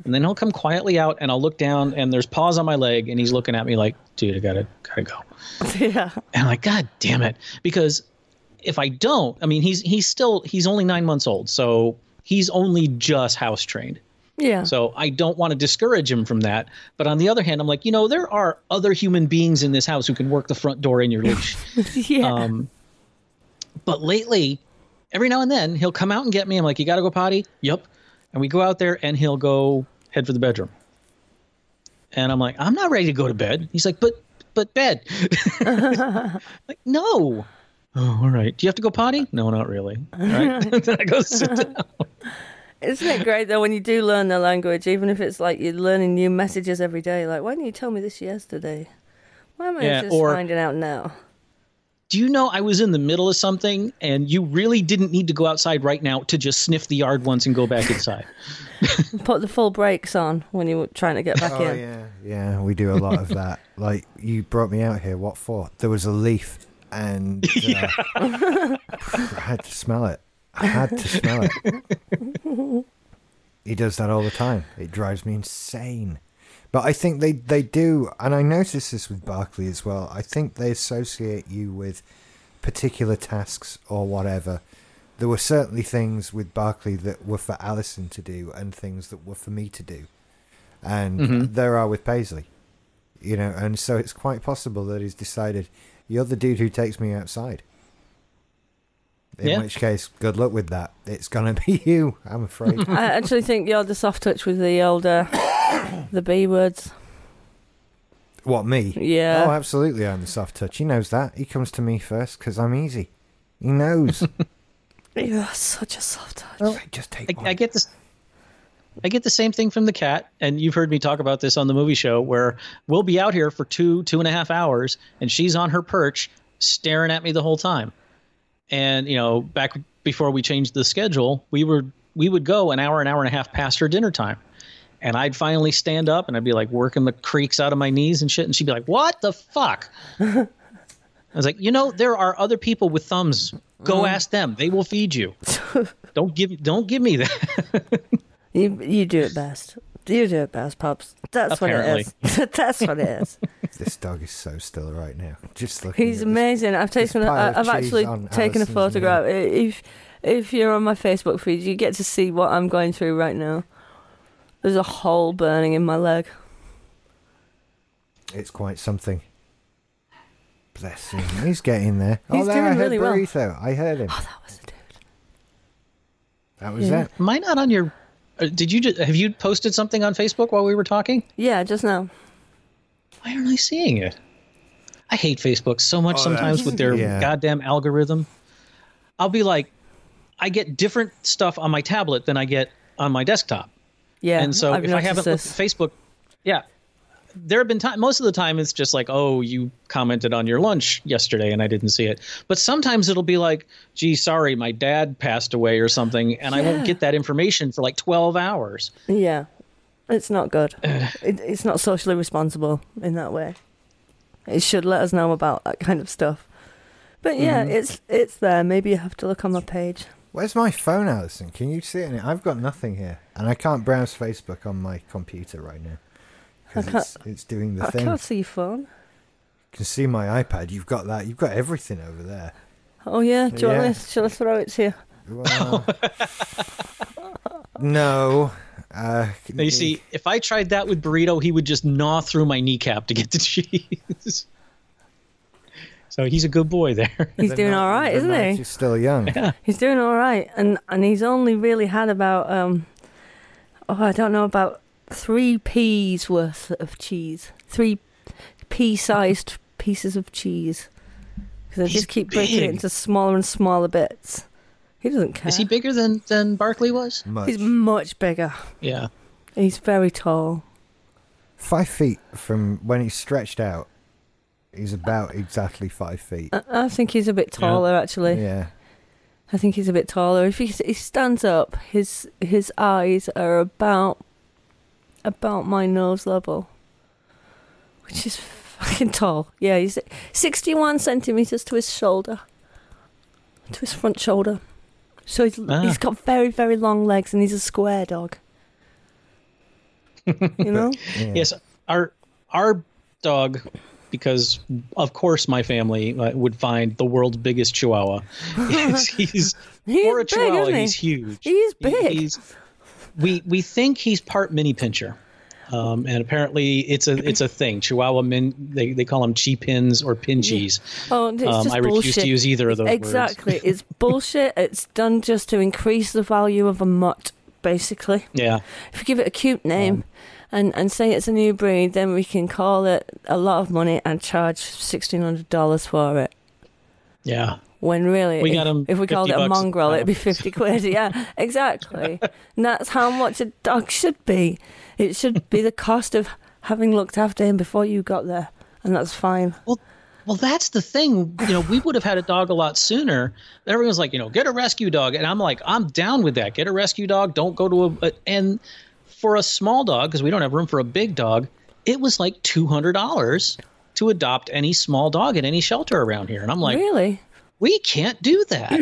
C: and then he'll come quietly out, and I'll look down, and there's paws on my leg, and he's looking at me like, dude, I gotta, gotta go.
B: yeah.
C: And I'm like, God damn it. Because if I don't, I mean, he's, he's still, he's only nine months old, so he's only just house trained.
B: Yeah.
C: So I don't want to discourage him from that. But on the other hand, I'm like, you know, there are other human beings in this house who can work the front door in your leash.
B: yeah.
C: Um, but lately, every now and then, he'll come out and get me. I'm like, you got to go potty? Yep. And we go out there and he'll go head for the bedroom. And I'm like, I'm not ready to go to bed. He's like, but, but bed. like, no. Oh, all right. Do you have to go potty? No, not really. All right. then I go sit down.
B: Isn't it great though when you do learn their language, even if it's like you're learning new messages every day? Like, why didn't you tell me this yesterday? Why am I
C: Yeah,
B: just
C: or-
B: finding out now?
C: do you know I was in the middle of something and you really didn't need to go outside right now to just sniff the yard once and go back inside?
B: Put the full brakes on when you were trying to get back
A: Oh
B: in.
A: yeah, yeah. We do a lot of that. Like you brought me out here. What for? There was a leaf. and uh, I had to smell it. I had to smell it. he does that all the time. It drives me insane. But I think they, they do, and I notice this with Barclay as well. I think they associate you with particular tasks or whatever. There were certainly things with Barclay that were for Alison to do and things that were for me to do. And
C: Mm-hmm.
A: there are with Paisley you know, and so it's quite possible that he's decided you're the dude who takes me outside. In
C: Yeah.
A: which case, good luck with that. It's gonna be you, I'm afraid.
B: I actually think you're the soft touch with the older, the B words.
A: what me?
B: Yeah.
A: Oh, absolutely. I'm the soft touch. He knows that. He comes to me first because I'm easy. He knows.
B: You're such a soft touch.
A: oh, just take. one.
C: I, I get this. I get the same thing from the cat, and you've heard me talk about this on the movie show, where we'll be out here for two, two and a half hours, and she's on her perch staring at me the whole time. And you know, back before we changed the schedule, we were we would go an hour, an hour and a half past her dinner time, and I'd finally stand up, and I'd be like working the creaks out of my knees and shit, and she'd be like, "What the fuck?" I was like, you know, there are other people with thumbs. Go ask them; they will feed you. Don't give don't give me that.
B: You you do it best. You do it best, pops. That's
C: Apparently.
B: what it is. That's what it is.
A: This dog is so still right now. Just looking.
B: He's
A: at this.
B: amazing. I've taken.
A: pile
B: I-
A: of
B: I've
A: cheese
B: actually
A: on
B: taken a
A: Alison's knee.
B: photograph. I- If if you're on my Facebook feed, you get to see what I'm going through right now. There's a hole burning in my leg.
A: It's quite something. Bless him. He's getting there. oh,
B: He's
A: there, I
B: doing
A: heard
B: really well.
A: Burrito. I heard him.
B: Oh, that was a dude.
A: That was
B: Yeah.
A: it.
C: Am I not on your? uh, Did you just, have you posted something on Facebook while we were talking?
B: Yeah, just now.
C: Why aren't I seeing it? I hate Facebook so much sometimes with their
A: Yeah.
C: goddamn algorithm. I'll be like, I get different stuff on my tablet than I get on my desktop,
B: Yeah.
C: and so
B: I've
C: if I
B: noticed
C: haven't
B: this.
C: looked at Facebook, yeah, there have been time. Most of the time, it's just like, oh, you commented on your lunch yesterday, and I didn't see it. But sometimes it'll be like, gee, sorry, my dad passed away or something, and I
B: Yeah.
C: won't get that information for like twelve hours.
B: Yeah, it's not good. it, it's not socially responsible in that way. It should let us know about that kind of stuff. But yeah,
A: Mm-hmm.
B: it's it's there. Maybe you have to look on my page.
A: Where's my phone, Alison? Can you see it? in it? I've got nothing here, and I can't browse Facebook on my computer right now because
B: I can't-
A: it's, it's doing the
B: I
A: thing.
B: can't see your phone.
A: You can see my iPad. You've got that. You've got everything over there.
B: Oh yeah, do you want
A: Yeah.
B: me? Shall I throw it to you?
A: Well, no. Uh,
C: Now
B: Mm-hmm.
C: you see, if I tried that with burrito, he would just gnaw through my kneecap to get the cheese. so he's a good boy there.
B: He's
A: the
B: doing
A: night-
B: all right,
A: the
B: isn't
A: night
B: he?
A: He's still young.
B: He's doing all right, and and he's only really had about um, oh I don't know about three peas worth of cheese, three pea-sized pieces of cheese, because I
C: He's
B: just keep breaking it
C: big.
B: into smaller and smaller bits. He doesn't care.
C: Is he bigger than than Barkley was?
A: Much.
B: He's much bigger.
C: Yeah.
B: He's very tall.
A: Five feet from when he's stretched out. He's about exactly five feet.
B: I, I think he's a bit taller actually.
A: Yeah.
B: I think he's a bit taller. If he, he stands up, his his eyes are about about my nose level, which is fucking tall. Yeah, he's sixty-one centimeters to his shoulder, to his front shoulder. So he's
C: Ah.
B: he's got very very long legs, and he's a square dog. you know,
A: yeah.
C: Yes, our our dog, because of course my family uh, would find the world's biggest Chihuahua. he's, he's
B: He's
C: for a
B: big,
C: Chihuahua,
B: isn't he?
C: he's huge.
B: he is
C: He-
B: big.
C: he's- we we think he's part mini pincher, um, and apparently it's a it's a thing. Chihuahua min they, they call them chi pins or pinchies.
B: oh, it's
C: Um,
B: just
C: I
B: bullshit.
C: refuse to use either of those
B: Exactly. it's bullshit. It's done just to increase the value of a mutt, basically.
C: words. Yeah.
B: If you give it a cute name and, and say it's a new breed, then we can call it a lot of money and charge $1,600 for it.
C: Yeah.
B: When really,
C: We
B: if,
C: got 'em
B: if we called
C: 50
B: it a
C: bucks.
B: mongrel, it'd be 50 quid. Yeah, exactly. and that's how much a dog should be. It should be the cost of having looked after him before you got there. And that's fine.
C: Well, well, that's the thing. You know, we would have had a dog a lot sooner. Everyone's like, you know, get a rescue dog, and I'm like, I'm down with that. Get a rescue dog. Don't go to a, a and for a small dog because we don't have room for a big dog. It was like two hundred dollars to adopt any small dog at any shelter around here. And I'm like,
B: really?
C: we can't do that.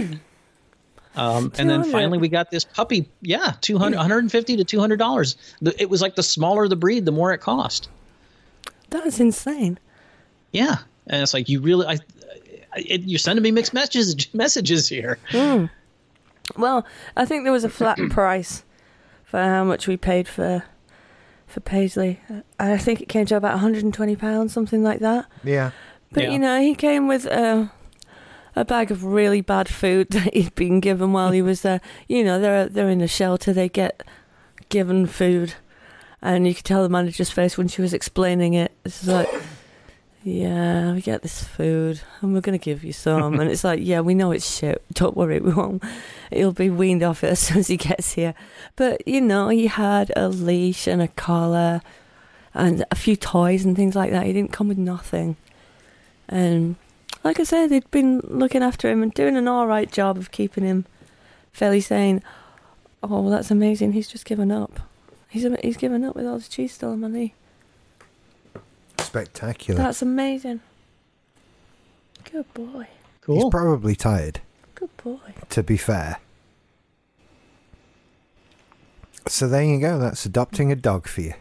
C: Um, and then
B: 200.
C: finally, we got this puppy. Yeah, 200, 150 to 200 dollars. It was like the smaller the breed, the more it cost.
B: That's insane.
C: Yeah, and it's like you really, I, I it, you're sending me mixed messages messages here.
B: Well, I think there was a flat price for how much we paid for for Paisley. I think it came to about 120 pounds, something like that.
A: Yeah.
B: But
C: Yeah.
B: you know, he came with a a bag of really bad food that he'd been given while he was there. You know, they're they're in a shelter. They get given food, and you could tell the manager's face when she was explaining it. It's just like, yeah, we get this food, and we're gonna give you some. and it's like, yeah, we know it's shit. Don't worry, we won't. He'll be weaned off it as soon as he gets here. But you know, he had a leash and a collar. And a few toys and things like that. He didn't come with nothing. And Um, like I said, they'd been looking after him and doing an all right job of keeping him fairly sane. Oh, well, that's amazing. He's just given up. He's he's given up with all the cheese still on my knee.
A: Spectacular.
B: That's amazing. Good boy.
A: He's
C: Cool.
A: probably tired,
B: Good boy.
A: to be fair. So there you go. That's adopting a dog for you.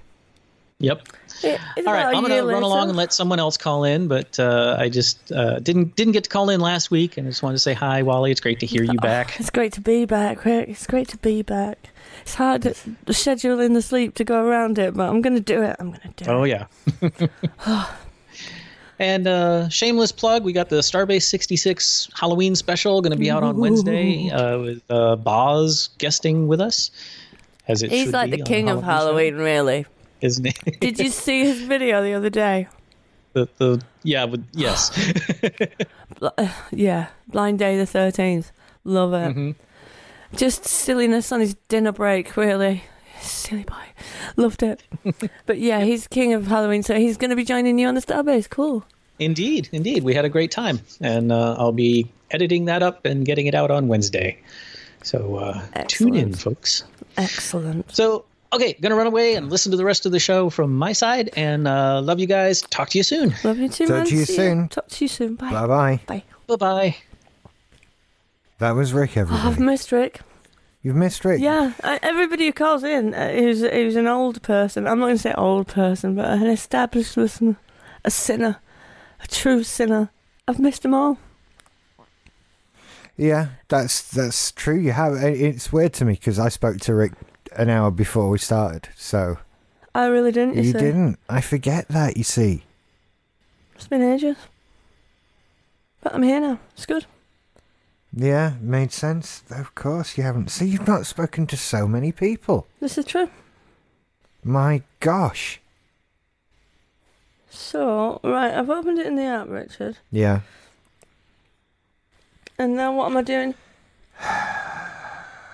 C: yep.
B: It, it's
C: All right,
B: about a year
C: I'm going to run
B: later.
C: along and let someone else call in, but uh, I just uh, didn't didn't get to call in last week, and I just wanted to say hi, Wally. It's great to hear you back.
B: It's great to be back, Rick. It's great to be back. It's hard to schedule in the sleep to go around it, but I'm going to do it. I'm going to do
C: Oh
B: it.
C: yeah. and uh, shameless plug: we got the Starbase '66 Halloween special going to be out on Wednesday uh, with uh, Boz guesting with us. As it
B: He's
C: should
B: like
C: be
B: the
C: on
B: king of Halloween, really.
C: show, isn't he?
B: Did you see his video the other day?
C: the, the, yeah, with, yes.
B: Yeah, Blind Day the 13th. Love it. Just silliness on his dinner break, really. Silly boy. Loved it. but yeah, he's king of Halloween, so he's going to be joining you on the Starbase. Cool.
C: Indeed, indeed. We had a great time. And uh, I'll be editing that up and getting it out on Wednesday. So uh, tune in,
B: Excellent.
C: folks.
B: Excellent.
C: So, okay, going to run away and listen to the rest of the show from my side. And uh, love you guys. Talk to you soon.
B: Love you too,
A: Talk
B: man.
A: to you
B: See
A: soon.
B: Talk to you soon. Bye.
A: Bye
B: Oh,
A: bye.
B: Bye.
C: Bye bye.
A: That was Rick,
B: Oh, I've
A: everybody.
B: missed Rick.
A: You've missed Rick.
B: Yeah, I, everybody who calls in uh, who's, who's an old person, I'm not going to say old person, but an established listener, a sinner, a true sinner. I've missed them all.
A: Yeah, that's that's true. You have. it- It's weird to me because I spoke to Rick an hour before we started, so
B: I really didn't.
A: you
B: see.
A: didn't. I forget that. You see,
B: It's been ages. But I'm here now. It's good.
A: yeah, made sense. Of course, you haven't. See, you've not spoken to so many people.
B: This is true.
A: My gosh.
B: So, right, I've opened it in the app, Richard.
A: Yeah.
B: And now what am I doing?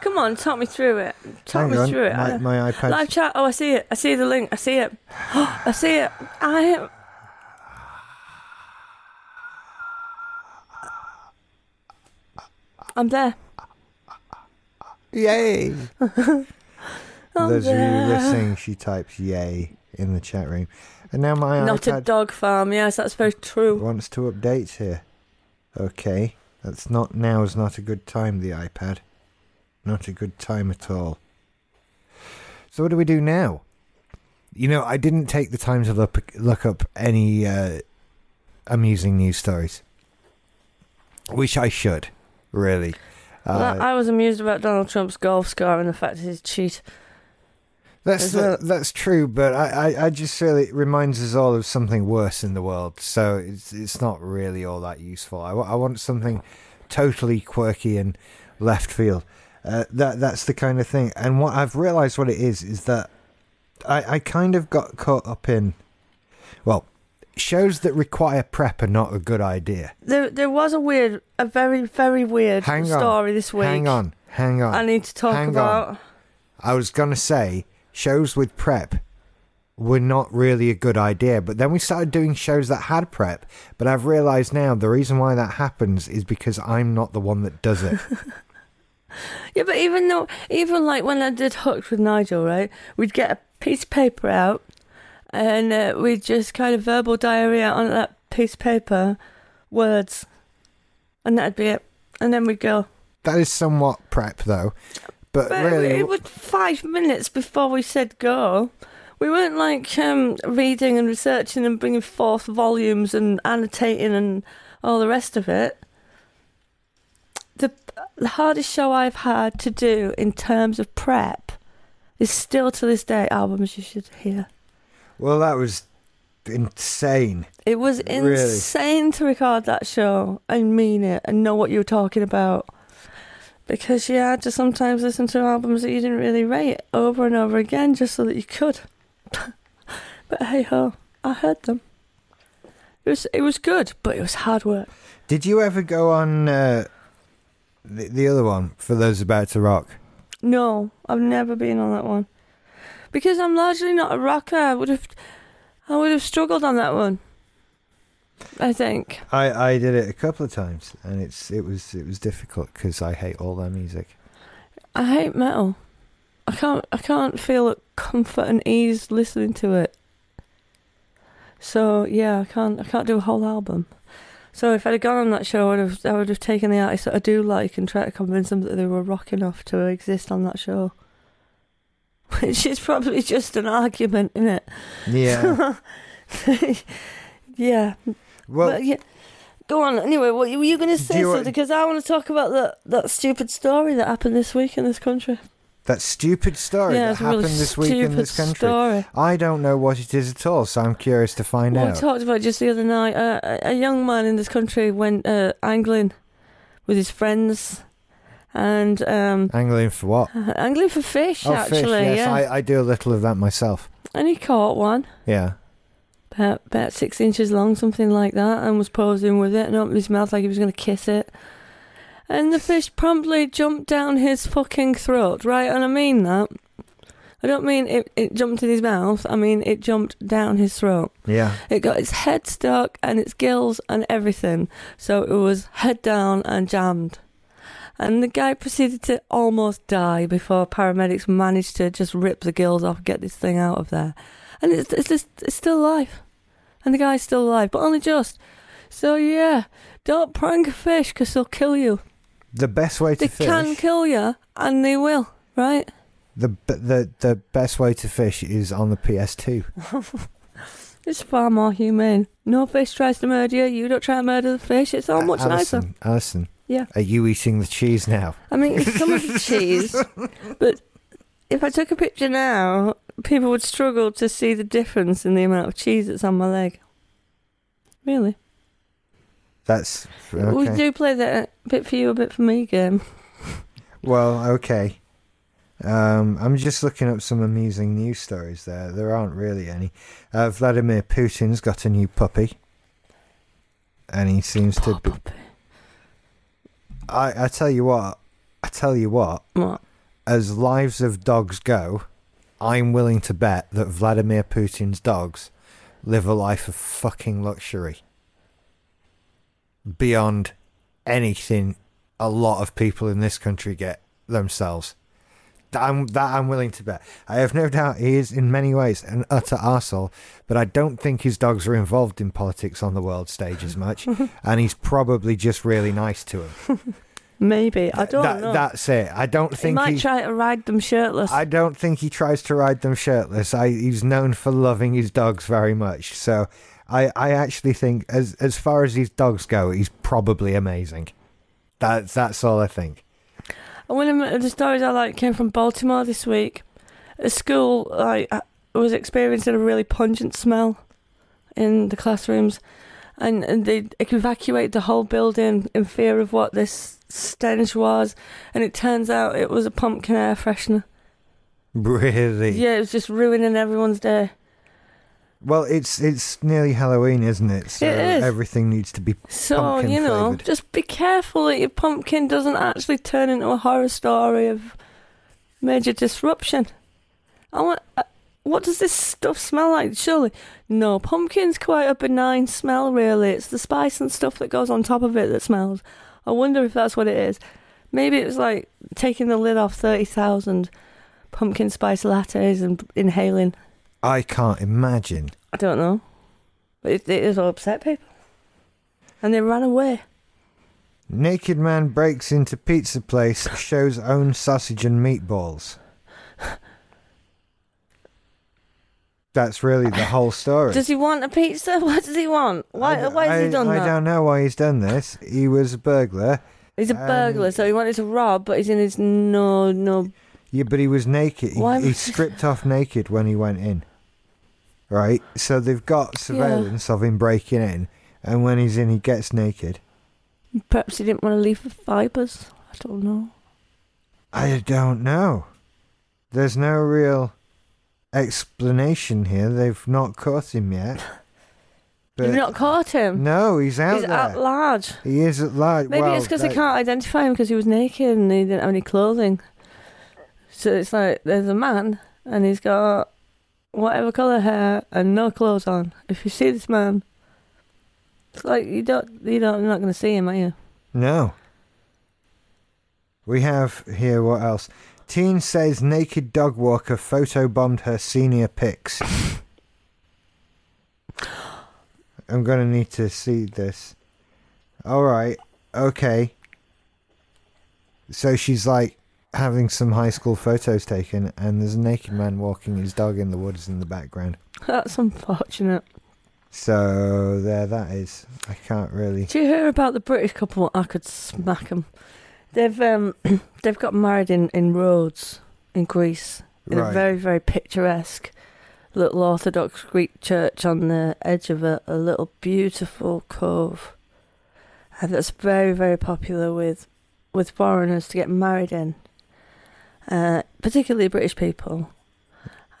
B: Come on, talk me through it. Talk
A: Hang
B: me
A: on.
B: through it. uh,
A: My,
B: I-
A: my iPad.
B: Live chat. Oh, I see it. I see the link. I see it. I see it. I am. I'm there.
A: Yay!
B: I'm
A: Those of you
B: there.
A: listening, she types "yay" in the chat room, and now my
B: Not a
A: iPad
B: dog farm. Yes, that's very true.
A: wants to update here. Okay, that's not now is not a good time. The iPad, not a good time at all. So what do we do now? You know, I didn't take the time to look look up any uh, amusing news stories, which I should really. Uh,
B: Well, I was amused about Donald Trump's golf score and the fact that he's a cheat.
A: That's
B: There's
A: that, that's true, but I, I, I just feel it reminds us all of something worse in the world. So it's it's not really all that useful. I, wa- I want something totally quirky and left field. Uh, that that's the kind of thing. And what I've realised what it is is that I, I kind of got caught up in well shows that require prep are not a good idea.
B: There, there was a weird, a very, very weird
A: Hang on,
B: story this week.
A: Hang on, hang on.
B: I need to talk
A: hang on.
B: about.
A: I was going to say shows with prep were not really a good idea, but then we started doing shows that had prep. But I've realized now the reason why that happens is because I'm not the one that does it.
B: Yeah, but even though, even like when I did Hooked with Nigel, right? We'd get a piece of paper out and uh, we just kind of verbal diarrhea on that piece of paper, words, and that'd be it. And then we'd go.
A: That is somewhat prep, though. But,
B: But
A: really,
B: it was five minutes before we said go. We weren't like um, reading and researching and bringing forth volumes and annotating and all the rest of it. The, the hardest show I've had to do in terms of prep is still to this day albums you should hear.
A: well, that was insane.
B: It was
A: Really?
B: insane to record that show and mean it and know what you were talking about. Because you had to sometimes listen to albums that you didn't really rate over and over again just so that you could. but hey ho, I heard them. It was it was good, but it was hard work.
A: Did you ever go on uh, the, the other one for those about to rock?
B: No, I've never been on that one. Because I'm largely not a rocker, I would have I would have struggled on that one. I think.
A: I, I did it a couple of times, and it's it was it was difficult because I hate all their music.
B: I hate metal. I can't I can't feel at comfort and ease listening to it. So yeah, I can't I can't do a whole album. So if I'd have gone on that show, I would have I would have taken the artists that I do like and tried to convince them that they were rock enough to exist on that show. Which is probably just an argument, isn't
A: Yeah.
B: it? yeah.
A: Well,
B: but yeah. Go on. Anyway, what were you going to say?
A: you want-
B: something? Because I want to talk about that that stupid story that happened this week in this country.
A: that stupid story that
B: it's a really
A: happened this week in
B: stupid
A: this country.
B: Story.
A: I don't know what it is at all, so I'm curious to find
B: Well, we
A: out.
B: talked about it just the other night. Uh, a a young man in this country went uh, angling with his friends, and um,
A: Angling for what?
B: angling for fish.
A: oh,
B: actually,
A: fish. Yes,
B: yeah.
A: I, I do a little of that myself.
B: And he caught one,
A: Yeah.
B: about, about six inches long, something like that, and was posing with it and opened his mouth like he was going to kiss it. And the fish promptly jumped down his fucking throat, right? And I mean that. I don't mean it, it jumped in his mouth. I mean it jumped down his throat.
A: Yeah.
B: It got its head stuck and its gills and everything. So it was head down and jammed. And the guy proceeded to almost die before paramedics managed to just rip the gills off and get this thing out of there. And it's, it's, just, it's still alive. And the guy's still alive, but only just. So yeah, don't prank a fish because they'll kill you.
A: The best way to
B: They
A: fish.
B: can kill you and they will, right?
A: The, b- the the best way to fish is on the PS2.
B: It's far more humane. No fish tries to murder you. You don't try and murder the fish. It's all much nicer.
A: Alison, Alison,
B: Yeah.
A: are you eating the cheese now?
B: I mean, it's some of the cheese, but if I took a picture now, people would struggle to see the difference in the amount of cheese that's on my leg. Really?
A: That's
B: We
A: okay.
B: do play that a bit for you, a bit for me game.
A: Well, okay. Um, I'm just looking up some amusing news stories. There, there aren't really any. Uh, Vladimir Putin's got a new puppy, and he seems to. Be,
B: Poor puppy.
A: I, I tell you what, I tell you what.
B: What?
A: As lives of dogs go, I'm willing to bet that Vladimir Putin's dogs live a life of fucking luxury beyond anything a lot of people in this country get themselves. That I'm, that I'm willing to bet. I have no doubt he is in many ways an utter arsehole, but I don't think his dogs are involved in politics on the world stage as much, and he's probably just really nice to him.
B: Maybe I don't
A: that,
B: know.
A: That's it. I don't
B: he
A: think
B: might
A: he,
B: try to ride them shirtless.
A: I don't think he tries to ride them shirtless. I, he's known for loving his dogs very much. So I, I actually think, as as far as these dogs go, he's probably amazing. That's that's all I think.
B: And one of the stories I like came from Baltimore this week. A school like I was experiencing a really pungent smell in the classrooms, and, and they evacuated the whole building in fear of what this stench was. And it turns out it was a pumpkin air freshener.
A: Really.
B: Yeah, it was just ruining everyone's day.
A: Well, it's it's nearly Halloween, isn't it? So
B: It is.
A: everything needs to be
B: So
A: pumpkin
B: you know,
A: flavored.
B: just be careful that your pumpkin doesn't actually turn into a horror story of major disruption. I want. Uh, what does this stuff smell like? Surely, no. Pumpkin's quite a benign smell, really. It's the spice and stuff that goes on top of it that smells. I wonder if that's what it is. Maybe it was like taking the lid off thirty thousand pumpkin spice lattes and inhaling.
A: I can't imagine.
B: I don't know. But it, it is all upset people. And they ran away.
A: Naked man breaks into pizza place, shows own sausage and meatballs. That's really the whole story.
B: Does he want a pizza? What does he want? Why,
A: I-
B: why has
A: I-
B: he done
A: I
B: that?
A: don't know why he's done this. He was a burglar.
B: He's a burglar, so he wanted to rob, but he's in his no, no.
A: Yeah, but he was naked. He,
B: Why
A: he
B: was-
A: stripped off naked when he went in. Right? So they've got surveillance of him breaking in, and when he's in, he gets naked.
B: Perhaps he didn't want to leave the fibres. I don't know.
A: I don't know. There's no real explanation here. They've not caught him yet.
B: You've
A: But-
B: not caught him.
A: No, he's out
B: he's
A: there.
B: at large.
A: he is at large.
B: Maybe
A: well,
B: it's 'cause it's because
A: they-
B: they can't identify him because he was naked and he didn't have any clothing. So it's like there's a man and he's got whatever colour hair and no clothes on. If you see this man, it's like you don't, you don't, you're not going to see him, are you?
A: No. We have here what else? Teen says naked dog walker photobombed her senior pics. I'm gonna need to see this. Alright, okay. So she's like having some high school photos taken and there's a naked man walking his dog in the woods in the background.
B: That's unfortunate.
A: So there that is. I can't really
B: Did you hear about the British couple? I could smack them. They've um, they've got married in in Rhodes in Greece in a
A: Right.
B: very very picturesque little Orthodox Greek church on the edge of a, a little beautiful cove, and that's very very popular with with foreigners to get married in, uh, particularly British people.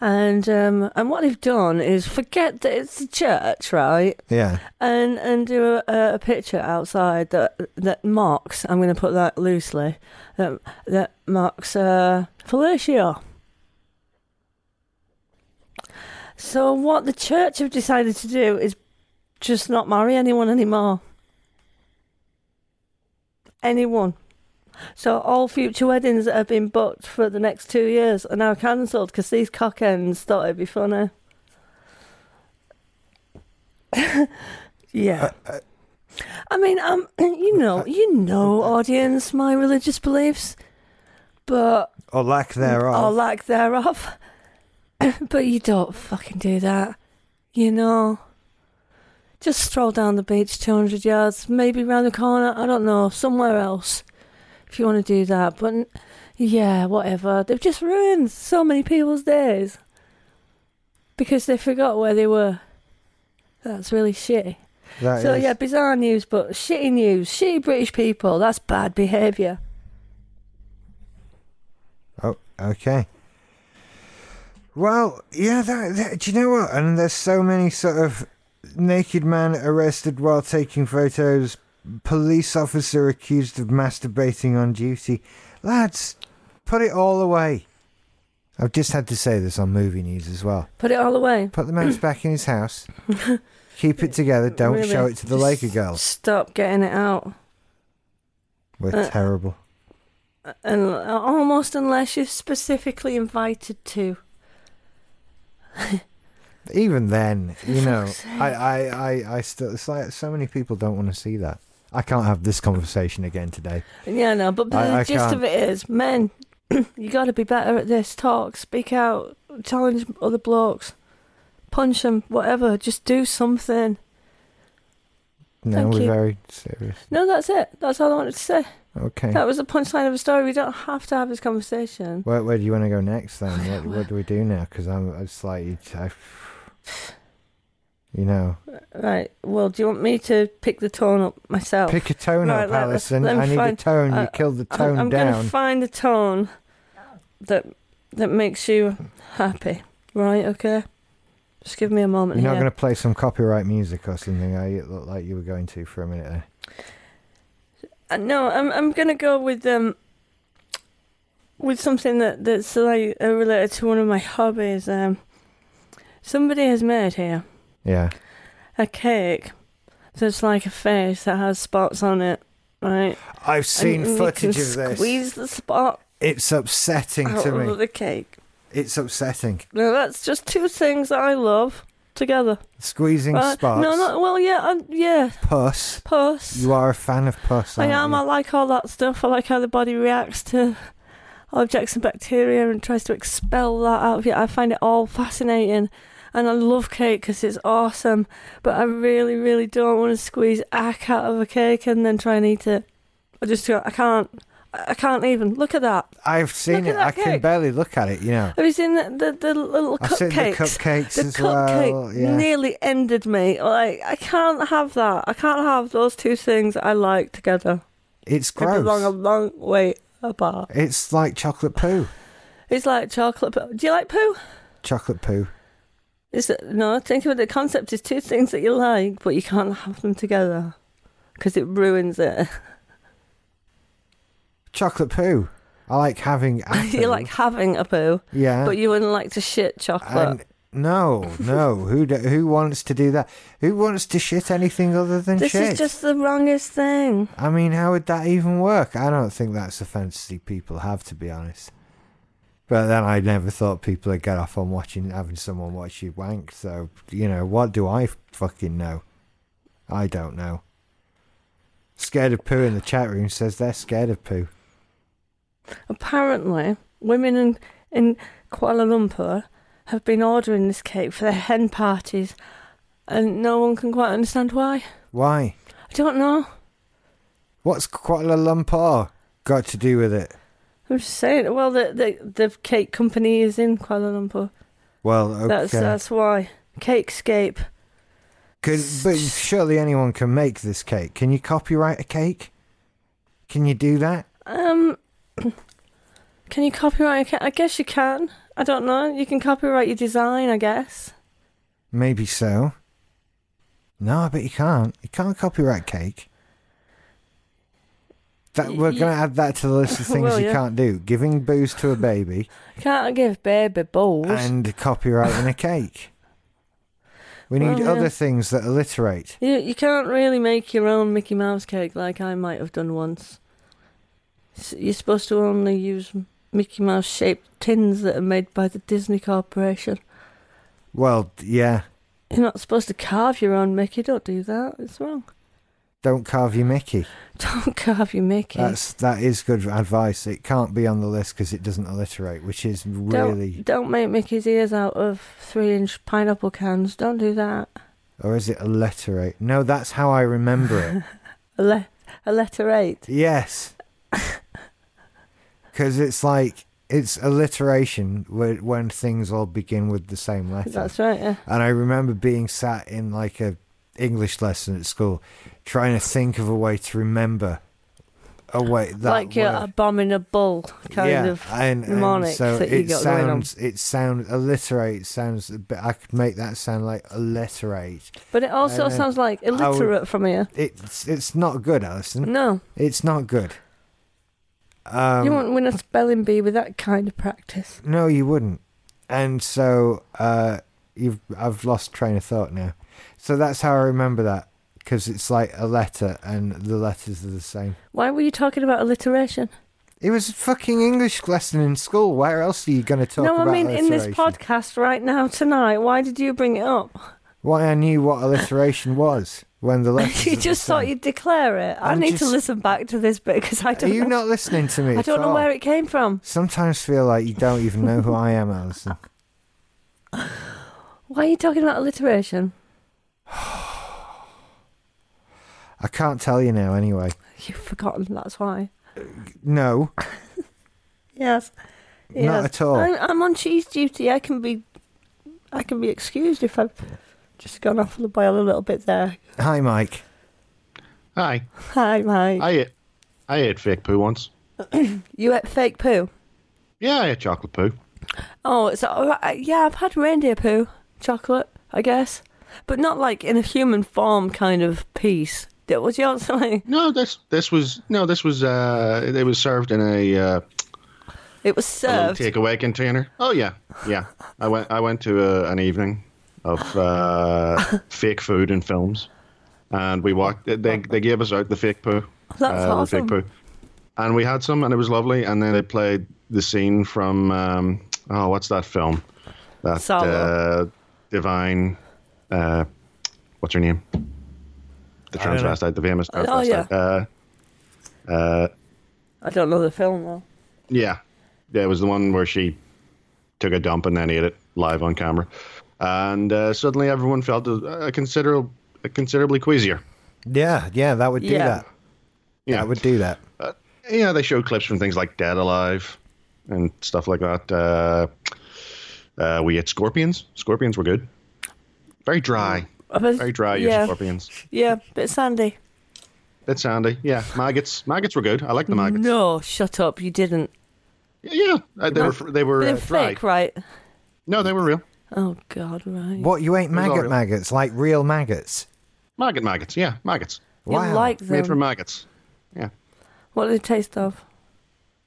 B: And um, and what they've done is forget that it's a church, right?
A: Yeah.
B: and and do a, a picture outside that that marks. I'm going to put that loosely. That that marks uh, fellatio. So what the church have decided to do is just not marry anyone anymore. Anyone. So all future weddings that have been booked for the next two years are now cancelled because these cock ends thought it'd be funny.
A: Uh,
B: yeah. I mean, um, you know, you know, audience, my religious beliefs, but
A: Or lack thereof.
B: or lack thereof. but you don't fucking do that, you know. Just stroll down the beach 200 yards, maybe round the corner, I don't know, somewhere else, if you want to do that. But n- yeah, whatever. They've just ruined so many people's days because they forgot where they were. That's really shitty.
A: That
B: So
A: is-
B: yeah, bizarre news, but shitty news, shitty British people. That's bad behaviour.
A: Oh, okay. Well, yeah, that, that- do you know what? And there's so many sort of naked man arrested while taking photos, police officer accused of masturbating on duty. Lads, put it all away. I've just had to say this on movie news as well.
B: Put it all away.
A: Put the mouse back in his house. Keep it together. Don't
B: Really.
A: show it to the
B: Just
A: Laker girls.
B: Stop getting it out,
A: We're
B: uh,
A: terrible.
B: and almost unless you're specifically invited to.
A: Even then, you know,
B: fuck's
A: I, I, I, I still, it's like so many people don't want to see that. I can't have this conversation again today.
B: Yeah, no, but
A: I-
B: the
A: I
B: gist of it is, men, you got to be better at this. Talk, speak out, challenge other blokes, punch them, whatever. Just do something.
A: No,
B: Thank
A: we're
B: you.
A: very serious.
B: No, that's it. That's all I wanted to say.
A: Okay.
B: That was the punchline of the story. We don't have to have this conversation.
A: Where, where do you want to go next then? What, what do we do now? Because I'm, I'm slightly, I, you know,
B: Right. Well, do you want me to pick the tone up myself?
A: pick a tone
B: Oh. Right,
A: up,
B: let- let's-
A: Alison.
B: let me
A: I need a
B: find-
A: tone. you
B: I-
A: killed the
B: I'm-
A: tone
B: I'm,
A: down.
B: going to find a tone that that makes you happy. Right? Okay. Just give me a moment
A: You're not
B: here.
A: going to play some copyright music or something. I it looked like you were going to for a minute there.
B: Uh, no, I'm I'm going to go with um with something that that's like uh, related to one of my hobbies. Um, somebody has made here
A: Yeah.
B: a cake that's like a face that has spots on it. Right?
A: I've seen
B: And you can
A: footage of this.
B: Squeeze the spot
A: It's upsetting
B: out
A: to me.
B: of the cake.
A: It's upsetting.
B: No, that's just two things I love together.
A: Squeezing
B: Uh,
A: spots.
B: No, no. Well, yeah, i yeah.
A: Puss.
B: Puss.
A: You are a fan of puss.
B: I
A: aren't
B: am.
A: you?
B: I like all that stuff. I like how the body reacts to objects and bacteria and tries to expel that out of it. I find it all fascinating. And I love cake because it's awesome. But I really, really don't want to squeeze ack out of a cake and then try and eat it. I just I can't. I I can't even. Look at that.
A: I've seen
B: Look
A: it.
B: at that
A: I can
B: cake.
A: barely look at it. You know.
B: Have you seen the, the, the little
A: I've seen the
B: cupcakes?
A: cupcakes
B: The
A: as
B: cupcake
A: well. Yeah.
B: nearly ended me. Like I can't have that. I can't have those two things I like together.
A: It's
B: They belong a
A: gross.
B: long way apart.
A: It's like chocolate poo.
B: It's like chocolate. poo. Do you like poo?
A: Chocolate poo.
B: Is it, no, think of it. The concept is two things that you like, but you can't have them together because it ruins it.
A: Chocolate poo. I like having.
B: you like having a poo,
A: Yeah.
B: but you wouldn't like to shit chocolate.
A: And no, no. who do, who wants to do that? Who wants to shit anything other than
B: this
A: shit?
B: is just the wrongest thing.
A: I mean, how would that even work? I don't think that's a fantasy people have, to be honest. But then I never thought people would get off on watching, having someone watch you wank. So you know, what do I fucking know? I don't know. Scared of poo in the chat room says they're scared of poo.
B: Apparently, women in, in Kuala Lumpur have been ordering this cake for their hen parties, and no one can quite understand why.
A: Why?
B: I don't know.
A: What's Kuala Lumpur got to do with it?
B: I'm just saying. Well, the the, the cake company is in Kuala Lumpur.
A: Well, okay.
B: That's that's why. Cakescape.
A: Could, but surely anyone can make this cake. Can you copyright a cake? Can you do that?
B: Um, can you copyright? a ca- I guess you can. I don't know. You can copyright your design, I guess.
A: Maybe so. No, I bet you can't. You can't copyright cake. That
B: Y-
A: we're
B: y-
A: going to add that to the list of things
B: Well,
A: you
B: yeah.
A: can't do: giving booze to a baby
B: Can't give baby balls.
A: and copyrighting a cake. We need
B: Well, yeah.
A: other things that alliterate.
B: You you can't really make your own Mickey Mouse cake like I might have done once. S- You're supposed to only use Mickey Mouse shaped tins that are made by the Disney Corporation.
A: Well, yeah.
B: You're not supposed to carve your own Mickey. Don't do that. It's wrong.
A: Don't carve your Mickey.
B: Don't carve your Mickey.
A: That's that is good advice. It can't be on the list because it doesn't alliterate, which is
B: don't,
A: really
B: don't make Mickey's ears out of three inch pineapple cans. Don't do that.
A: Or is it alliterate? No, that's how I remember
B: A, le- a letter
A: it.
B: eight.
A: yes. Because it's like, it's alliteration whe- when things all begin with the same letter.
B: That's right. Yeah.
A: And I remember being sat in like a English lesson at school, trying to think of a way to remember a way that
B: like your
A: word.
B: abominable kind
A: yeah,
B: of.
A: and, and
B: mnemonic
A: so
B: that you
A: it
B: got going on.
A: sounds it sounds alliterate sounds a bit. I could make that sound like alliterate.
B: But it also
A: uh,
B: sounds like
A: would- Mm.
B: illiterate from here.
A: It's it's not good, Alison.
B: No.
A: It's not good. Um,
B: Mm. you won't win a spelling bee with that kind of practice.
A: no, you wouldn't. And so uh, you've I've lost train of thought now. So that's how I remember that because it's like a letter and the letters are the same.
B: Why were you talking about alliteration?
A: It was a fucking English lesson in school. Where else are you going to talk
B: no,
A: about
B: I mean in this
A: alliteration?
B: podcast right now tonight. Why did you bring it up?
A: Why I knew what alliteration was when the letters.
B: you
A: are the
B: just thought
A: same.
B: you'd declare it. i
A: I'm
B: need to
A: just-
B: listen back to this bit because I
A: Are
B: don't.
A: you
B: know.
A: not listening to me?
B: I
A: at
B: don't know
A: all?
B: where it came from.
A: Sometimes feel like you don't even know who I am, Alison.
B: Why are you talking about alliteration?
A: I can't tell you now. Anyway,
B: You've forgotten. That's why.
A: no,
B: Yes. yes.
A: not at all.
B: I'm, I'm on cheese duty. I can be, I can be excused if I've just gone off the boil a little bit there.
A: Hi, Mike.
D: Hi.
B: Hi, Mike.
D: I ate, I ate fake poo once.
B: You ate fake poo.
D: Yeah, I ate chocolate poo.
B: Oh, it's all right. yeah. I've had reindeer poo, chocolate, I guess, but not like in a human form kind of piece. That was yours, like
D: No, this this was no, this was uh, it was served in a, uh,
B: it was
D: a little
B: served.
D: takeaway container. Oh yeah, yeah. I went I went to uh an evening of uh, fake food and films, and we walked. They they gave us out the fake poo.
B: That's
D: uh, the
B: awesome.
D: fake poo. And we had some, and it was lovely. And then they played the scene from um, oh, what's that film? That
B: Solo.
D: Uh, divine. Uh, what's her name? The
A: I don't know.
D: transvestite, the famous
B: Oh,
D: transvestite.
B: yeah.
D: Uh, uh,
B: I don't know the film though.
D: yeah, yeah, it was the one where she took a dump and then ate it live on camera, and uh, suddenly everyone felt a, a considerable, a considerably queasier.
A: Yeah, yeah, that would do
B: Yeah.
A: that.
D: Yeah,
A: That would do that.
D: yeah, they showed clips from things like Dead Alive and stuff like that. Uh, uh, we had scorpions. Scorpions were good. Very dry.
B: Uh, but-
D: Very dry use
B: Yeah,
D: of scorpions.
B: yeah, bit sandy.
D: Bit sandy. Yeah, maggots. Maggots were good. I like the maggots.
B: No, shut up. You didn't.
D: Yeah, uh, they were they were
B: They're
D: uh, dry.
B: fake, right?
D: No, they were real.
B: Oh God, right.
A: What you ate
D: all
A: maggot
D: real.
A: maggots like real maggots?
D: Maggot maggots. Yeah, maggots.
B: You
A: Wow.
B: like
D: Made
B: them?
D: from maggots. Yeah.
B: What do they taste of?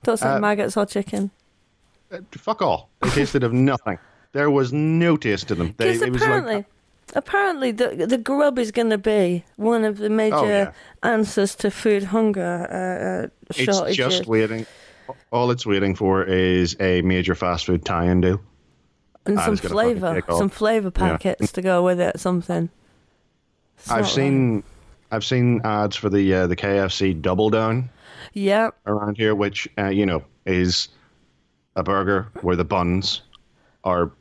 B: Don't say
D: Uh,
B: maggots or chicken.
D: Uh, fuck all. They tasted of nothing. There was no taste to them. They,
B: Because
D: it was
B: apparently,
D: like
B: apparently the the grub is going to be one of the major
D: Oh, yeah.
B: answers to food hunger uh, uh,
D: it's
B: shortages.
D: just waiting. All it's waiting for is a major fast food tie-in deal.
B: and
D: Ah,
B: some
D: it's gonna fucking
B: flavour,
D: take off.
B: some flavour
D: Yeah.
B: packets to go with it, something. It's not
D: I've
B: right.
D: seen I've seen ads for the uh, the KFC Double Down
B: Yeah,
D: around here, which uh, you know is a burger where the buns are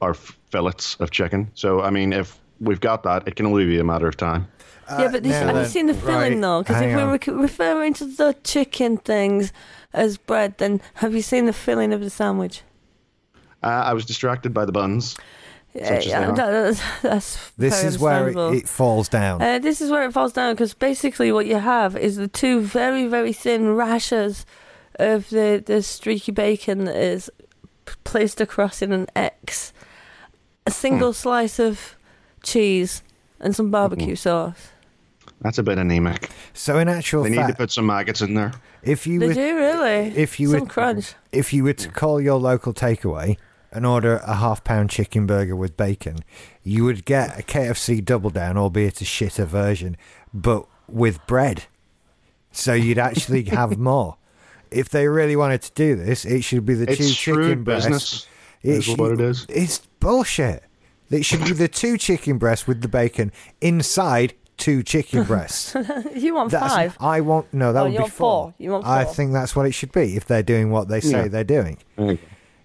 D: are fillets of chicken. So I mean, if we've got that, it can only be a matter of time.
B: yeah, but this,
A: now
B: have you
A: then,
B: seen the filling
A: right,
B: though? Because
A: hang
B: if we're
A: on.
B: rec- referring to the chicken things as bread, then have you seen the filling of the sandwich?
D: Uh, I was distracted by the buns.
B: Yeah,
D: as they
B: yeah,
D: are.
B: that- that's, that's
A: This
B: very
A: is where it,
B: understandable.
A: it falls down.
B: Uh, this is where it falls down because basically what you have is the two very very thin rashers of the the streaky bacon that is p- placed across in an X, a single
A: Hmm.
B: slice of cheese and some
A: Mm-hmm.
B: barbecue sauce.
D: That's a bit anemic.
A: so in actual
D: They need to
A: fact,
D: put some maggots in there.
A: if you
B: They
A: were
B: do really.
A: if you
B: some
A: would-
B: crunch.
A: if you were to call your local takeaway and order a half pound chicken burger with bacon, you would get a KFC double down, albeit a shitter version, but with bread. So you'd actually have more. If they really wanted to do this, it should be the two
D: It's
A: chicken
D: shrewd
A: breasts.
D: business.
A: It
D: is what
A: should-
D: it is.
A: It's bullshit. It should be the two chicken breasts with the bacon inside two chicken breasts.
B: You want
A: That's,
B: five?
A: I want no. That
B: Oh,
A: would
B: you
A: be
B: want
A: four.
B: four. You want
A: I
B: four.
A: think that's what it should be if they're doing what they say
D: Yeah.
A: they're doing.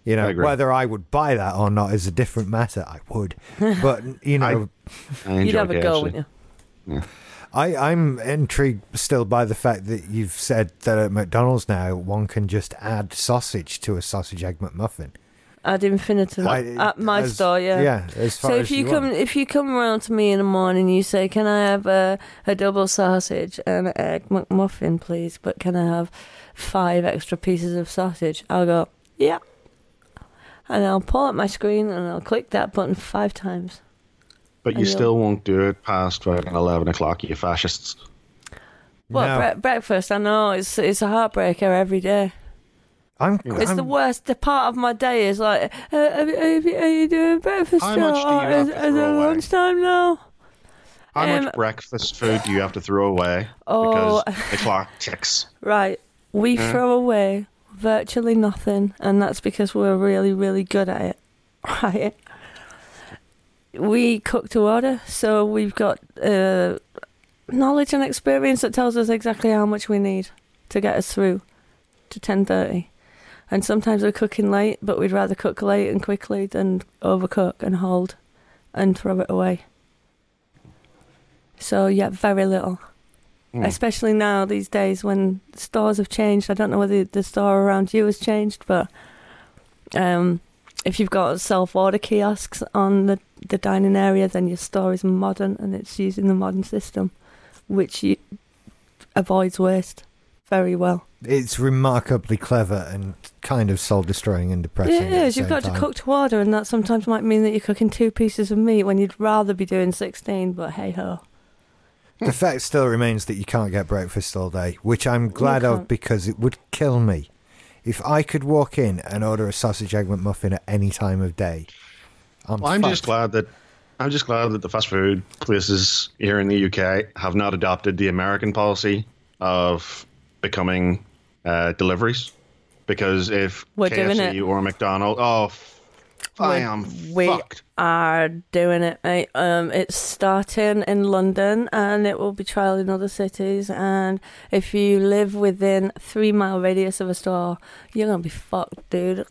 A: You know,
D: I agree.
A: whether I would buy that or not is a different matter. I would, but you know,
D: I
B: You'd
D: enjoy
B: have a go,
D: KFC.
B: wouldn't you?
A: I, I'm intrigued still by the fact that you've said that at McDonald's now one can just add sausage to a sausage egg McMuffin.
B: Ad infinitum
A: Like,
B: at my
A: as-
B: store. Yeah.
A: yeah. As far
B: So
A: as
B: if you,
A: you
B: come
A: want.
B: if you come round to me in the morning, you say, "Can I have a, a double sausage and an egg McMuffin, please? But can I have five extra pieces of sausage?" I'll go, "Yeah," and I'll pull up my screen and I'll click that button five times.
D: But
B: I
D: you
B: know.
D: still won't do it past fucking eleven o'clock, you fascists.
B: Well,
A: No.
B: bre- breakfast, I know it's it's a heartbreaker every day.
A: I'm,
B: It's
A: I'm-
B: the worst. The part of my day is like, uh, are, you- are you- are you doing breakfast
D: How
B: now?
D: much do you
B: Or
D: have
B: is,
D: to
B: is
D: throw
B: it
D: away?
B: lunchtime now?
D: How
B: Um,
D: much breakfast food do you have to throw away
B: Oh.
D: because the clock ticks?
B: Right. We
D: Mm.
B: throw away virtually nothing, and that's because we're really, really good at it. Right. We cook to order, so we've got uh, knowledge and experience that tells us exactly how much we need to get us through to ten thirty. And sometimes we're cooking late, but we'd rather cook late and quickly than overcook and hold and throw it away. So yeah, very little
A: Hmm.
B: especially now these days when stores have changed. I don't know whether the store around you has changed, but um, if you've got self order kiosks on the, the dining area, then your store is modern and it's using the modern system, which you, avoids waste very well.
A: it's remarkably clever and kind of soul destroying and depressing.
B: Yeah,
A: at
B: it
A: the
B: is. You've
A: same
B: got to
A: time.
B: cook to order, and that sometimes might mean that you're cooking two pieces of meat when you'd rather be doing 16, but hey ho.
A: The fact still remains that you can't get breakfast all day, which I'm glad of
B: can't.
A: because it would kill me. If I could walk in and order a sausage egg McMuffin at any time of day, I'm,
D: Well, I'm just
A: fucked.
D: glad that I'm just glad that the fast food places here in the UK have not adopted the American policy of becoming uh, deliveries. because if
B: We're doing
D: KFC
B: it.
D: or McDonald's, oh, f- I
B: We're-
D: am
B: we
D: fucked.
B: are doing it, mate. Um, it's starting in London and it will be trial in other cities. And if you live within three mile radius of a store, you're gonna be fucked, dude.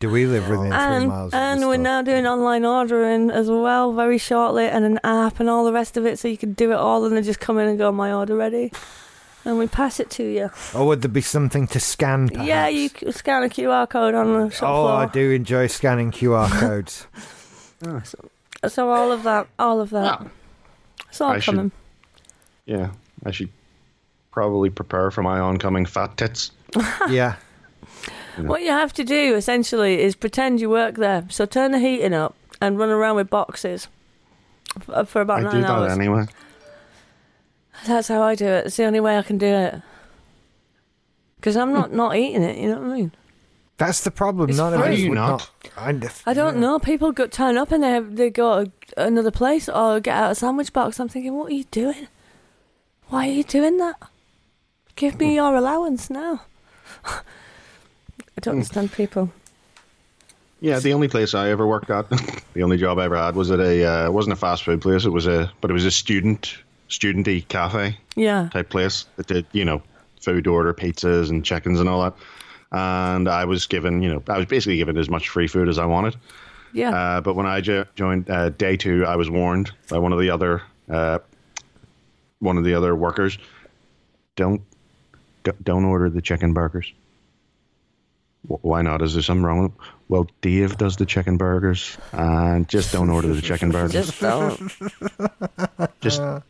A: Do we live within three
B: and
A: miles? of
B: and
A: the
B: we're
A: store?
B: now doing online ordering as well, very shortly, and an app and all the rest of it, so you can do it all and then just come in and go, my order ready, and we pass it to you.
A: Or would there be something to scan? Perhaps?
B: Yeah, you c- scan a QR code on the shop
A: Oh,
B: floor.
A: I do enjoy scanning QR codes.
B: So all of that, all of that. It's all
D: I should-
B: coming.
D: Yeah, I should probably prepare for my oncoming fat tits.
A: yeah.
B: What you have to do essentially is pretend you work there. So turn the heating up and run around with boxes f- uh, for about
D: I
B: nine
D: do that
B: hours.
D: anyway.
B: That's how I do it. It's the only way I can do it. Because I'm not not eating it. You know what I mean?
A: That's the problem.
B: It's
A: None of
B: fine.
A: us
D: Are you
A: would
D: not?
A: not. I,
B: I don't know. People go, turn up and they have, they go to another place or get out a sandwich box. I'm thinking, what are you doing? Why are you doing that? Give me your allowance now. I
D: Hmm.
B: don't understand people.
D: Yeah, the only place I ever worked at, the only job I ever had was at a. Uh, it wasn't a fast food place. It was a, but it was a student, studenty cafe
B: Yeah.
D: type place that did you know food order, pizzas and chickens and all that. And I was given, you know, I was basically given as much free food as I wanted.
B: Yeah.
D: Uh, but when I jo- joined uh, day two, I was warned by one of the other uh, one of the other workers. Don't d- don't order the chicken burgers. "Wh- Why not? Is there something wrong with them? Well, Dave does the chicken burgers, and just don't order the chicken burgers. just,
B: Just uh, don't.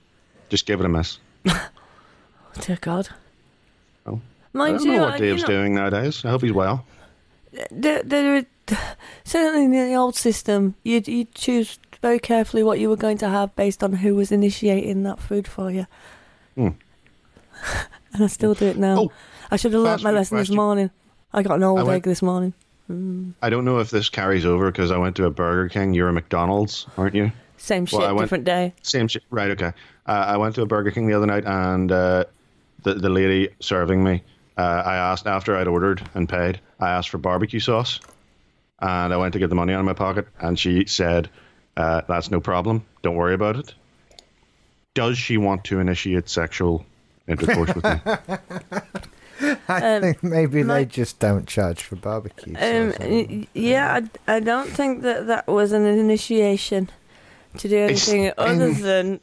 D: just give it a miss.
B: Dear God.
D: Oh. I
B: Mind
D: don't
B: you,
D: know what
B: I-
D: Dave's
B: you know,
D: doing nowadays. I hope he's well.
B: there, there are- certainly in the old system, you'd, you'd choose very carefully what you were going to have based on who was initiating that food for you.
D: Hmm.
B: and I still do it now.
D: Oh,
B: I should have learnt
D: fast
B: my
D: food
B: lesson this
D: question.
B: morning. I got an
D: I
B: old
D: went-
B: egg this morning.
D: I don't know if this carries over because I went to a Burger King. You're a McDonald's, aren't you?
B: Same shit,
D: I went-
B: different day.
D: Same shit. Right. Okay. Uh, I went to a Burger King the other night, and uh, the the lady serving me, uh, I asked after I'd ordered and paid, I asked for barbecue sauce, and I went to get the money out of my pocket, and she said, uh, "That's no problem. Don't worry about it." Does she want to initiate sexual intercourse with me?
A: I think maybe
B: my-
A: they just don't charge for barbecue.
B: Um,
A: sauce.
B: y- yeah, I, I don't think that that was an initiation to do
D: It's-
B: anything other
D: in-
B: than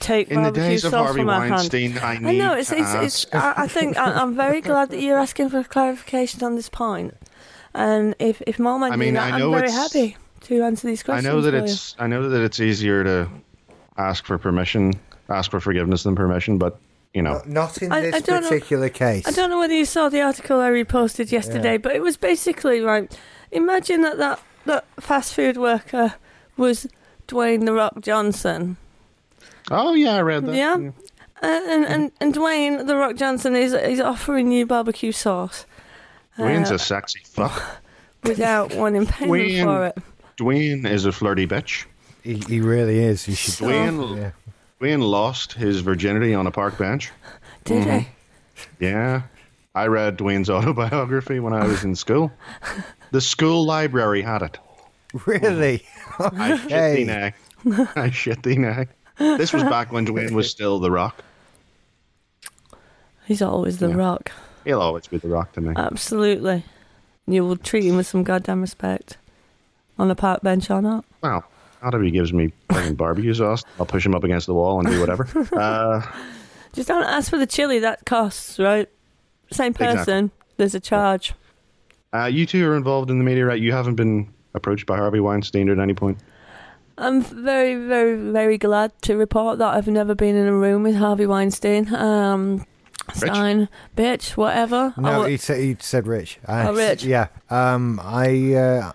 B: take
D: In the
B: barbecue
D: days of
B: sauce
D: Harvey
B: from our hand.
D: Weinstein, I need
B: I know it's
D: to
B: it's, it's I, I think I, I'm very glad that you're asking for clarification on this point. And if if Mom and
D: I mean, I
B: that,
D: know
B: I'm very
D: it's-
B: happy to answer these
D: I
B: questions.
D: know that
B: for you.
D: it's I know that it's easier to ask for permission, ask for forgiveness than permission, but you know,
A: not in
B: I-
A: this
B: I don't know-
A: particular case.
B: I don't know whether you saw the article I reposted yesterday, but it was basically like, imagine that that that fast food worker was Dwayne the Rock Johnson.
D: oh yeah, I read that.
B: Yeah. And and, and, and Dwayne the Rock Johnson is is offering you barbecue sauce
D: Dwayne's
B: Uh,
D: a sexy fuck.
B: without wanting payment
D: Dwayne.
B: for it.
D: Dwayne is a flirty bitch.
A: He, he really is. You should.
D: Dwayne,
A: Yeah.
D: Dwayne lost his virginity on a park bench.
B: Did he?
D: Mm-hmm. Yeah. I read Dwayne's autobiography when I was in school. The school library had it.
A: Really?
D: I shit thee nay. I shit thee nay. This was back when Dwayne was still The Rock.
B: He's always the
D: Yeah.
B: Rock.
D: He'll always be The Rock to me.
B: Uh. Absolutely. You will treat him with some goddamn respect. On a park bench or not.
D: Well, not if he gives me fucking barbecue sauce. I'll push him up against the wall and do whatever. Uh,
B: Just don't ask for the chili, that costs, right? Same person, there's a charge.
D: uh, you two are involved in the media, right? You haven't been approached by Harvey Weinstein at any point.
B: I'm very, very, very glad to report that I've never been in a room with Harvey Weinstein. Um, Stein, bitch, whatever. I
A: No,
B: wa-
A: he said he said rich. I,
B: Oh, rich.
A: Yeah. Um. I. Uh,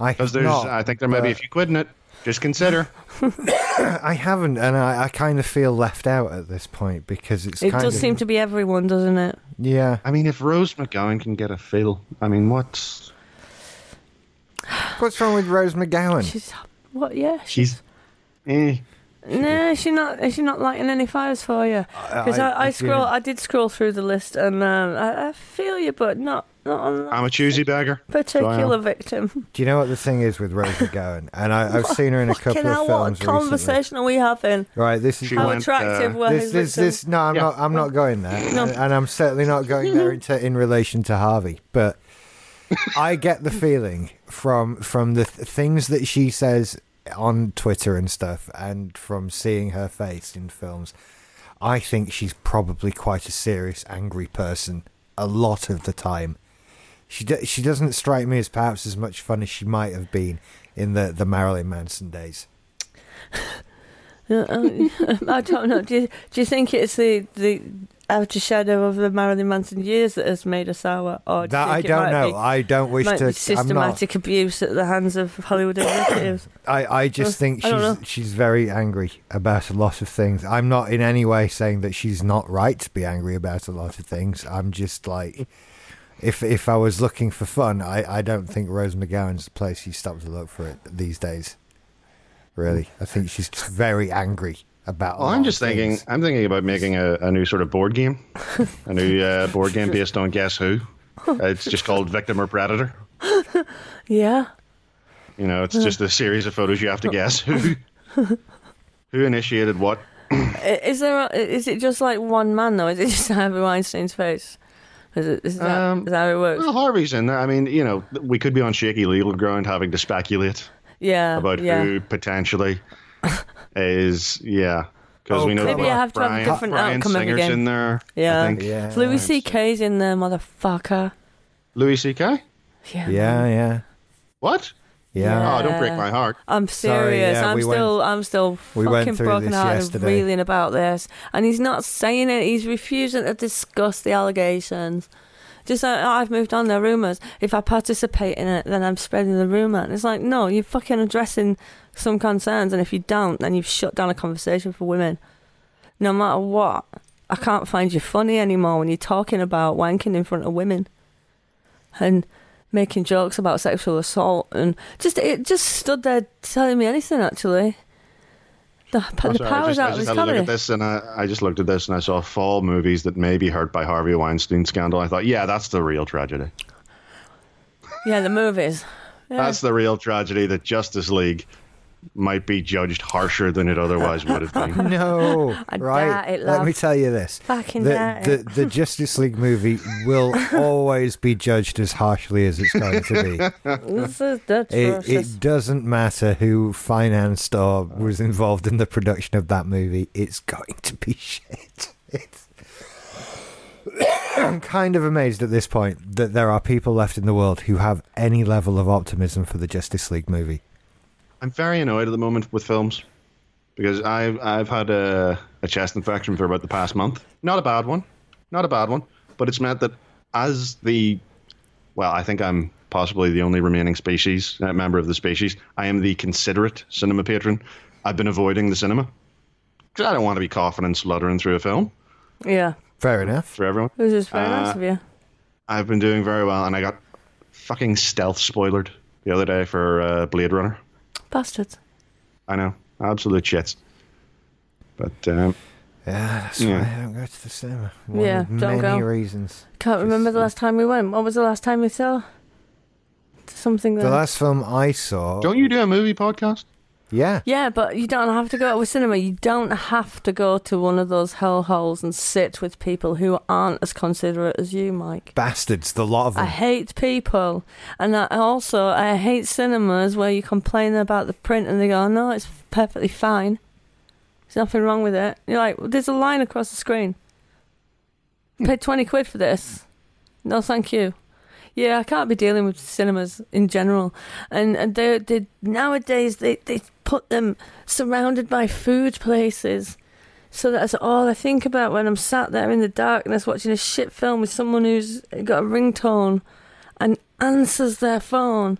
A: I.
D: Because
A: have
D: there's,
A: not,
D: I think there might be a
A: but
D: few quid in it. Just consider.
A: I haven't, and I, I kind of feel left out at this point because it's.
B: it
A: kind
B: does
A: of,
B: seem to be everyone, doesn't it?
A: Yeah.
D: I mean, if Rose McGowan can get a fill, I mean, what's
A: What's wrong with Rose McGowan?
B: She's what? Yeah,
D: she's, eh,
B: No, is she not. Is she not lighting any fires for you? Because I, I,
A: yeah.
B: scroll, I did scroll through the list, and um, I, I feel you, but not not on that
D: I'm a choosy beggar.
B: particular
D: Wow.
B: victim.
A: Do you know what the thing is with Rosa Gowan? And I, I've seen her in a couple
B: Fucking hell,
A: of films
B: what
A: recently.
B: conversation are we having?
A: Right, this is
D: She
A: this-
B: How
D: went,
B: attractive
D: uh,
B: were
A: this,
B: his
A: this,
B: victims?
A: this. No, I'm
D: Yeah.
A: not. I'm not going there, and, and I'm certainly not going there in, ter- in relation to Harvey. But I get the feeling from from the th- things that she says on Twitter and stuff, and from seeing her face in films. I think she's probably quite a serious, angry person a lot of the time. She do- she doesn't strike me as perhaps as much fun as she might have been in the the Marilyn Manson days.
B: Uh, um, I don't know. Do you, do you think it's the the outer shadow of the Marilyn Manson years that has made us sour, or Oh, do you
A: That I
B: think it might
A: don't know.
B: Be,
A: I don't wish
B: might
A: to.
B: be
A: I'm not.
B: systematic abuse at the hands of Hollywood executives.
A: I, I just
B: Uh,
A: think
B: I don't
A: she's
B: know.
A: she's very angry about a lot of things. I'm not in any way saying that she's not right to be angry about a lot of things. I'm just like, if if I was looking for fun, I, I don't think Rose McGowan's the place you stop to look for it these days. Really, I think she's just very angry about. a
D: Well,
A: lot
D: I'm
A: of
D: just thinking.
A: things.
D: I'm thinking about making a, a new sort of board game, a new uh, board game based on Guess Who. It's just called Victim or Predator.
B: yeah.
D: You know, it's just a series of photos you have to guess who who initiated what.
B: I- Is there? A, is it just like one man though? Is it just Harvey Weinstein's face? Is, it, is, that,
D: Um,
B: is that how it works?
D: Well, Harvey's in there. I mean, you know, we could be on shaky legal ground having to speculate
B: yeah.
D: about
B: Um, yeah.
D: who potentially is. Yeah, because
A: Oh,
D: we know
A: Maybe
D: that
A: you
B: have to have a
D: Brian,
B: different
D: Brian
B: outcome every
D: Singer's
B: game.
D: in there.
B: Yeah.
D: I think.
A: Yeah.
B: Louis C.K.'s in there, motherfucker.
D: Louis C.K.
B: Yeah.
A: Yeah, yeah,
D: What?
A: yeah.
B: Yeah.
D: Oh, don't break my heart.
B: I'm
A: Sorry,
B: serious.
A: yeah,
B: I'm
A: we went-
B: still, I'm still
A: we went
B: fucking
A: through
B: broken
A: this
B: hearted,
A: yesterday.
B: reeling about this. And he's not saying it. He's refusing to discuss the allegations. Just like, oh, I've moved on. They're rumors. If I participate in it, then I'm spreading the rumor. And it's like, no, you're fucking addressing some concerns. And if you don't, then you've shut down a conversation for women. No matter what, I can't find you funny anymore when you're talking about wanking in front of women. And making jokes about sexual assault and just it just stood there telling me anything actually. The,
D: I'm
B: the
D: sorry, I
B: power's
D: just, I
B: out of
D: just
B: his
D: had a look
B: collar.
D: at this and I, I just looked at this and I saw fall movies that may be hurt by Harvey Weinstein scandal. I thought, yeah, that's the real tragedy.
B: Yeah, the movies. Yeah.
D: That's the real tragedy that Justice League might be judged harsher than it otherwise would have been.
A: Oh, No,
B: I
A: right?
B: doubt it,
A: Let me
B: love.
A: tell you this:
B: Fucking doubt
A: the,
B: it.
A: the the Justice League movie will always be judged as harshly as it's going to be.
B: this is that's
A: It,
B: atrocious.
A: it doesn't matter who financed or was involved in the production of that movie; it's going to be shit. It's... I'm kind of amazed at this point that there are people left in the world who have any level of optimism for the Justice League movie.
D: I'm very annoyed at the moment with films because I've I've had a, a chest infection for about the past month. Not a bad one, not a bad one, but it's meant that as the well, I think I'm possibly the only remaining species uh, member of the species. I am the considerate cinema patron. I've been avoiding the cinema because I don't want to be coughing and spluttering through a film
B: yeah,
A: Fair enough.
D: for everyone.
B: this is very nice
D: Uh,
B: of you.
D: I've been doing very well, and I got fucking stealth spoiled the other day for uh, Blade Runner.
B: Bastards.
D: I know, absolute shits. But um,
A: Yeah, that's why I
D: Yeah.
A: don't go to the cinema. One
B: Yeah,
A: of many
B: don't go.
A: reasons.
B: Can't remember the last time we went. What was the last time we saw? Something
A: The
B: that.
A: last film I saw.
D: Don't you do a movie podcast?
A: Yeah.
B: yeah, but you don't have to go to a cinema. You don't have to go to one of those hellholes and sit with people who aren't as considerate as you, Mike.
A: Bastards, the lot of
B: I
A: them.
B: hate people, and I also I hate cinemas where you complain about the print and they go, "No, it's perfectly fine. There's nothing wrong with it." You're like, "There's a line across the screen. Paid twenty quid for this. No, thank you." Yeah, I can't be dealing with cinemas in general, and and they they nowadays they they put them surrounded by food places. So that's all I think about when I'm sat there in the darkness watching a shit film with someone who's got a ringtone and answers their phone.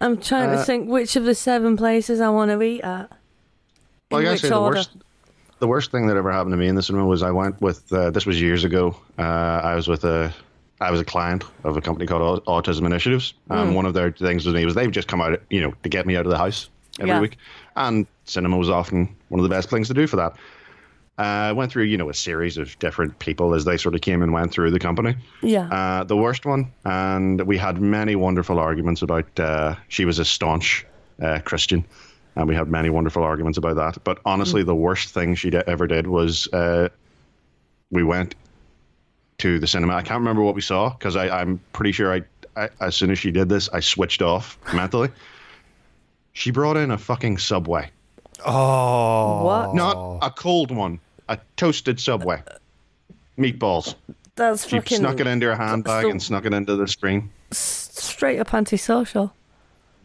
B: I'm trying to
D: Uh,
B: think which of the seven places I want to eat at.
D: Well,
B: In
D: I gotta
B: which
D: say the
B: order?
D: worst, the worst thing that ever happened to me in the cinema was I went with uh, this was years ago. Uh, I was with a, I was a client of a company called Au- Autism Initiatives, and one of their things with me was they've just come out, you know, to get me out of the house. every
B: Yeah.
D: week. And cinema was often one of the best things to do for that. Uh, I went through, you know, a series of different people as they sort of came and went through the company.
B: Yeah.
D: Uh, the worst one, and we had many wonderful arguments about. Uh, she was a staunch uh, Christian, and we had many wonderful arguments about that. But honestly, the worst thing she did, ever did was uh, we went to the cinema. I can't remember what we saw because I'm pretty sure I, I, as soon as she did this, I switched off mentally. She brought in a fucking subway, Uh,
A: Oh,
B: what?
D: not a cold one, a toasted subway, meatballs.
B: That's
D: She
B: fucking
D: snuck it into her handbag
B: so-
D: and snuck it into the screen.
B: straight up antisocial.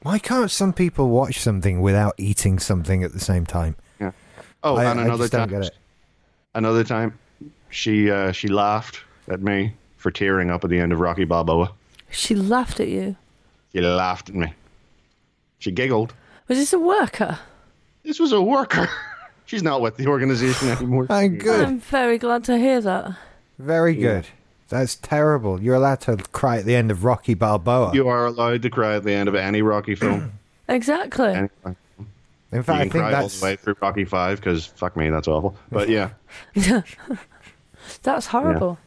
A: why can't some people watch something without eating something at the same time?
D: Yeah. Oh,
A: I,
D: and
A: I
D: another
A: just don't
D: time,
A: get it.
D: another time, she uh, she laughed at me for tearing up at the end of Rocky Balboa.
B: She laughed at you.
D: She laughed at me. She giggled.
B: Was this a worker?
D: This was a worker. She's not with the organization anymore.
A: Oh, good.
B: I'm very glad to hear that.
A: Very good. That's terrible. You're allowed to cry at the end of Rocky Balboa.
D: You are allowed to cry at the end of any Rocky film.
B: Exactly.
D: Anything.
A: In
D: You
A: fact, I
D: can
A: think
D: cry all
A: that's
D: the way through Rocky Five because fuck me, that's awful. But yeah,
B: That's horrible.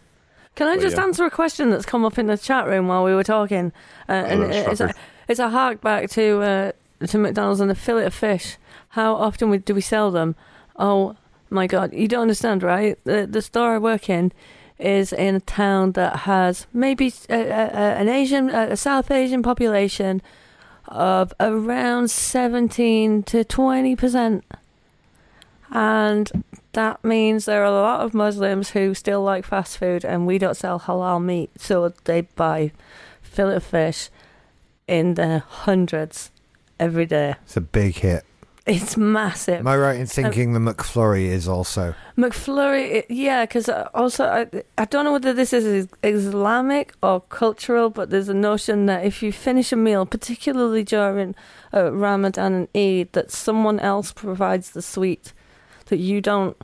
B: Can I
D: Well,
B: just
D: yeah.
B: answer a question that's come up in the chat room while we were talking? Uh, and
D: that's
B: it's a,
D: fucker.
B: it's a hark back to uh, to McDonald's and a fillet of fish. How often we, do we sell them? Oh my God, you don't understand, right? The, the store I work in is in a town that has maybe uh, uh, uh, an Asian, uh, a South Asian population of around 17 to 20 percent and that means there are a lot of Muslims who still like fast food, and we don't sell halal meat, so they buy fillet of fish in the hundreds every day.
A: it's a big hit.
B: It's massive.
A: Am I right in thinking the McFlurry is also?
B: McFlurry, it- yeah, because also I, I don't know whether this is Islamic or cultural, but there's a notion that if you finish a meal, particularly during uh, Ramadan and Eid, that someone else provides the sweet, that you don't,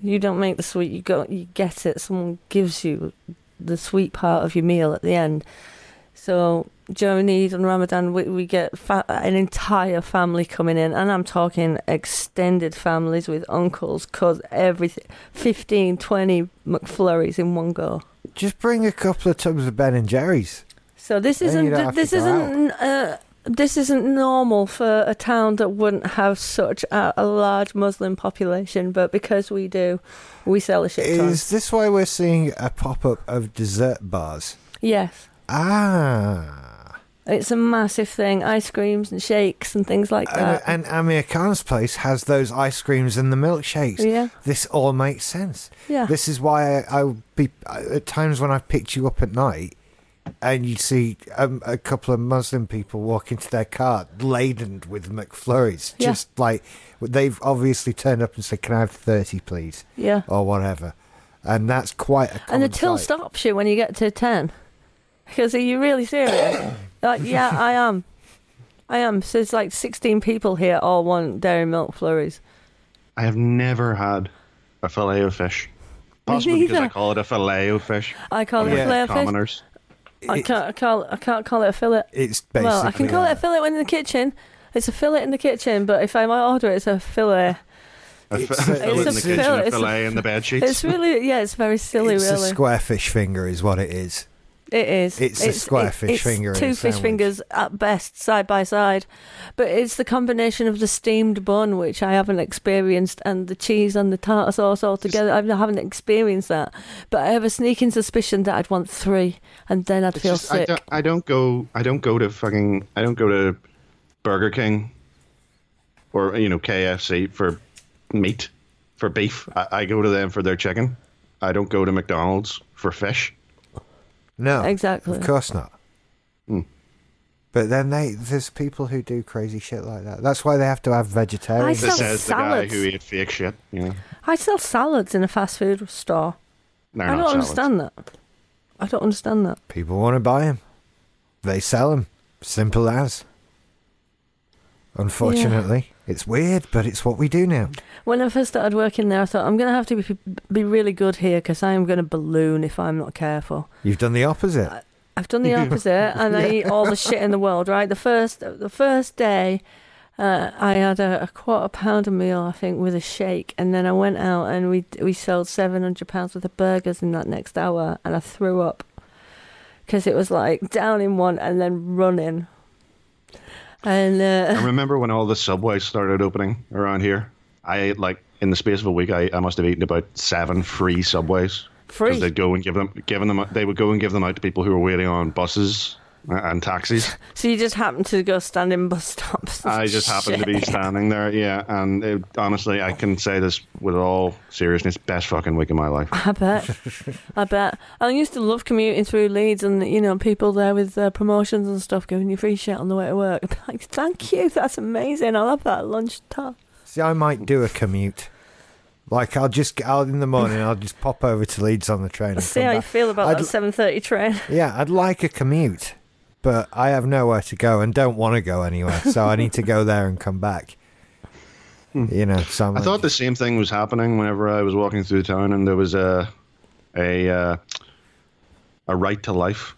B: you don't make the sweet, you go, you get it. Someone gives you the sweet part of your meal at the end. So during Eid and Ramadan, we, we get fa- an entire family coming in, and I'm talking extended families with uncles, cause everything, 15, 20 McFlurries in one go.
A: Just bring a couple of tubs of Ben and Jerry's.
B: So this
A: Then
B: isn't
A: you don't have
B: this
A: to go
B: isn't uh, this isn't normal for a town that wouldn't have such a, a large Muslim population, but because we do, we sell a shit ton.
A: Is this why we're seeing a pop up of dessert bars?
B: Yes.
A: Ah.
B: It's a massive thing. Ice creams and shakes and things like that.
A: And, uh, and Amir Khan's place has those ice creams and the milkshakes.
B: Yeah.
A: This all makes sense.
B: Yeah.
A: This is why I, I would be at times when I picked you up at night and you see um, a couple of Muslim people walk into their car laden with McFlurries.
B: Yeah.
A: Just like they've obviously turned up and said, Can I have 30, please?
B: yeah.
A: Or whatever. And that's quite a
B: And
A: common
B: the till
A: sight.
B: stops you when you get to 10. Because are you really serious? like, yeah, I am. I am. So it's like 16 people here all want dairy milk flurries.
D: I have never had a fillet of fish. Possibly because I
B: neither.
D: call it a fillet of fish.
B: I call
A: Yeah.
B: it a fillet of fish.
D: Commoners.
B: I
A: It's-
B: can't, I, call, I can't call it a fillet.
A: It's basically.
B: well, I can call it a
A: that.
B: fillet when in the kitchen. It's a fillet in the kitchen, but if I might order it, it's a fillet.
D: A fi-
A: It's a-
D: fillet in
A: it's
D: the
A: a
D: kitchen,
B: fill-
D: a
B: it's a-
D: fillet in the bed sheets.
B: It's really, yeah, it's very silly,
A: It's
B: really.
A: a square fish finger, is what it is.
B: It is.
A: It's a square fish
B: it's
A: finger in a
B: Two fish
A: sandwich.
B: fingers at best, side by side, but it's the combination of the steamed bun, which I haven't experienced, and the cheese and the tartar sauce all together. I haven't experienced that, but I have a sneaking suspicion that I'd want three, and then I'd
D: It's
B: feel
D: just- I
B: sick.
D: don't, I don't go. I don't go to fucking. I don't go to Burger King or you know KFC for meat, for beef. I, I go to them for their chicken. I don't go to McDonald's for fish.
A: No,
B: Exactly.
A: Of course not. But then they there's people who do crazy shit like that. That's why they have to have vegetarian.
D: This
B: Sells
D: says the guy
B: salads.
D: who ate fake shit. You know,
B: I sell salads in a fast food store.
D: They're
B: I don't
D: not salads.
B: understand that. I don't understand that.
A: people want to buy them. They sell them. Simple as. Unfortunately, it's weird, but it's what we do now.
B: When I first started working there, I thought I'm going to have to be, be really good here because I am going to balloon if I'm not careful.
A: You've done the opposite.
B: Uh, I've done the opposite, and I eat all the shit in the world. Right, the first the first day, Uh, I had a, a quarter pounder meal, I think, with a shake, and then I went out and we we sold seven hundred pounds worth of burgers in that next hour, and I threw up because it was like down in one and then running, and uh,
D: I remember when all the subways started opening around here. I ate like in the space of a week. I, I must have eaten about seven free subways. 'Cause
B: free.
D: They'd go and give them, giving them. They would go and give them out to people who were waiting on buses and taxis.
B: So you just happened to go stand in bus stops.
D: I just happened to be
B: Oh, Shit.
D: standing there. Yeah, and it, honestly, I can say this with all seriousness: best fucking week of my life.
B: I bet. I bet. I used to love commuting through Leeds and, you know, people there with uh, promotions and stuff giving you free shit on the way to work. I'm like, thank you. That's amazing. I'll have that at lunchtime.
A: See, I might do a commute. Like I'll just get out in the morning. I'll just pop over to Leeds on the train. and
B: See
A: come
B: how you
A: back.
B: feel about
A: I'd
B: that 7.30 train.
A: Yeah, I'd like a commute, but I have nowhere to go and don't want to go anywhere. So I need to go there and come back. You know, so I'm
D: Hmm. I
A: like-
D: thought the same thing was happening whenever I was walking through town, and there was a a uh, a right to life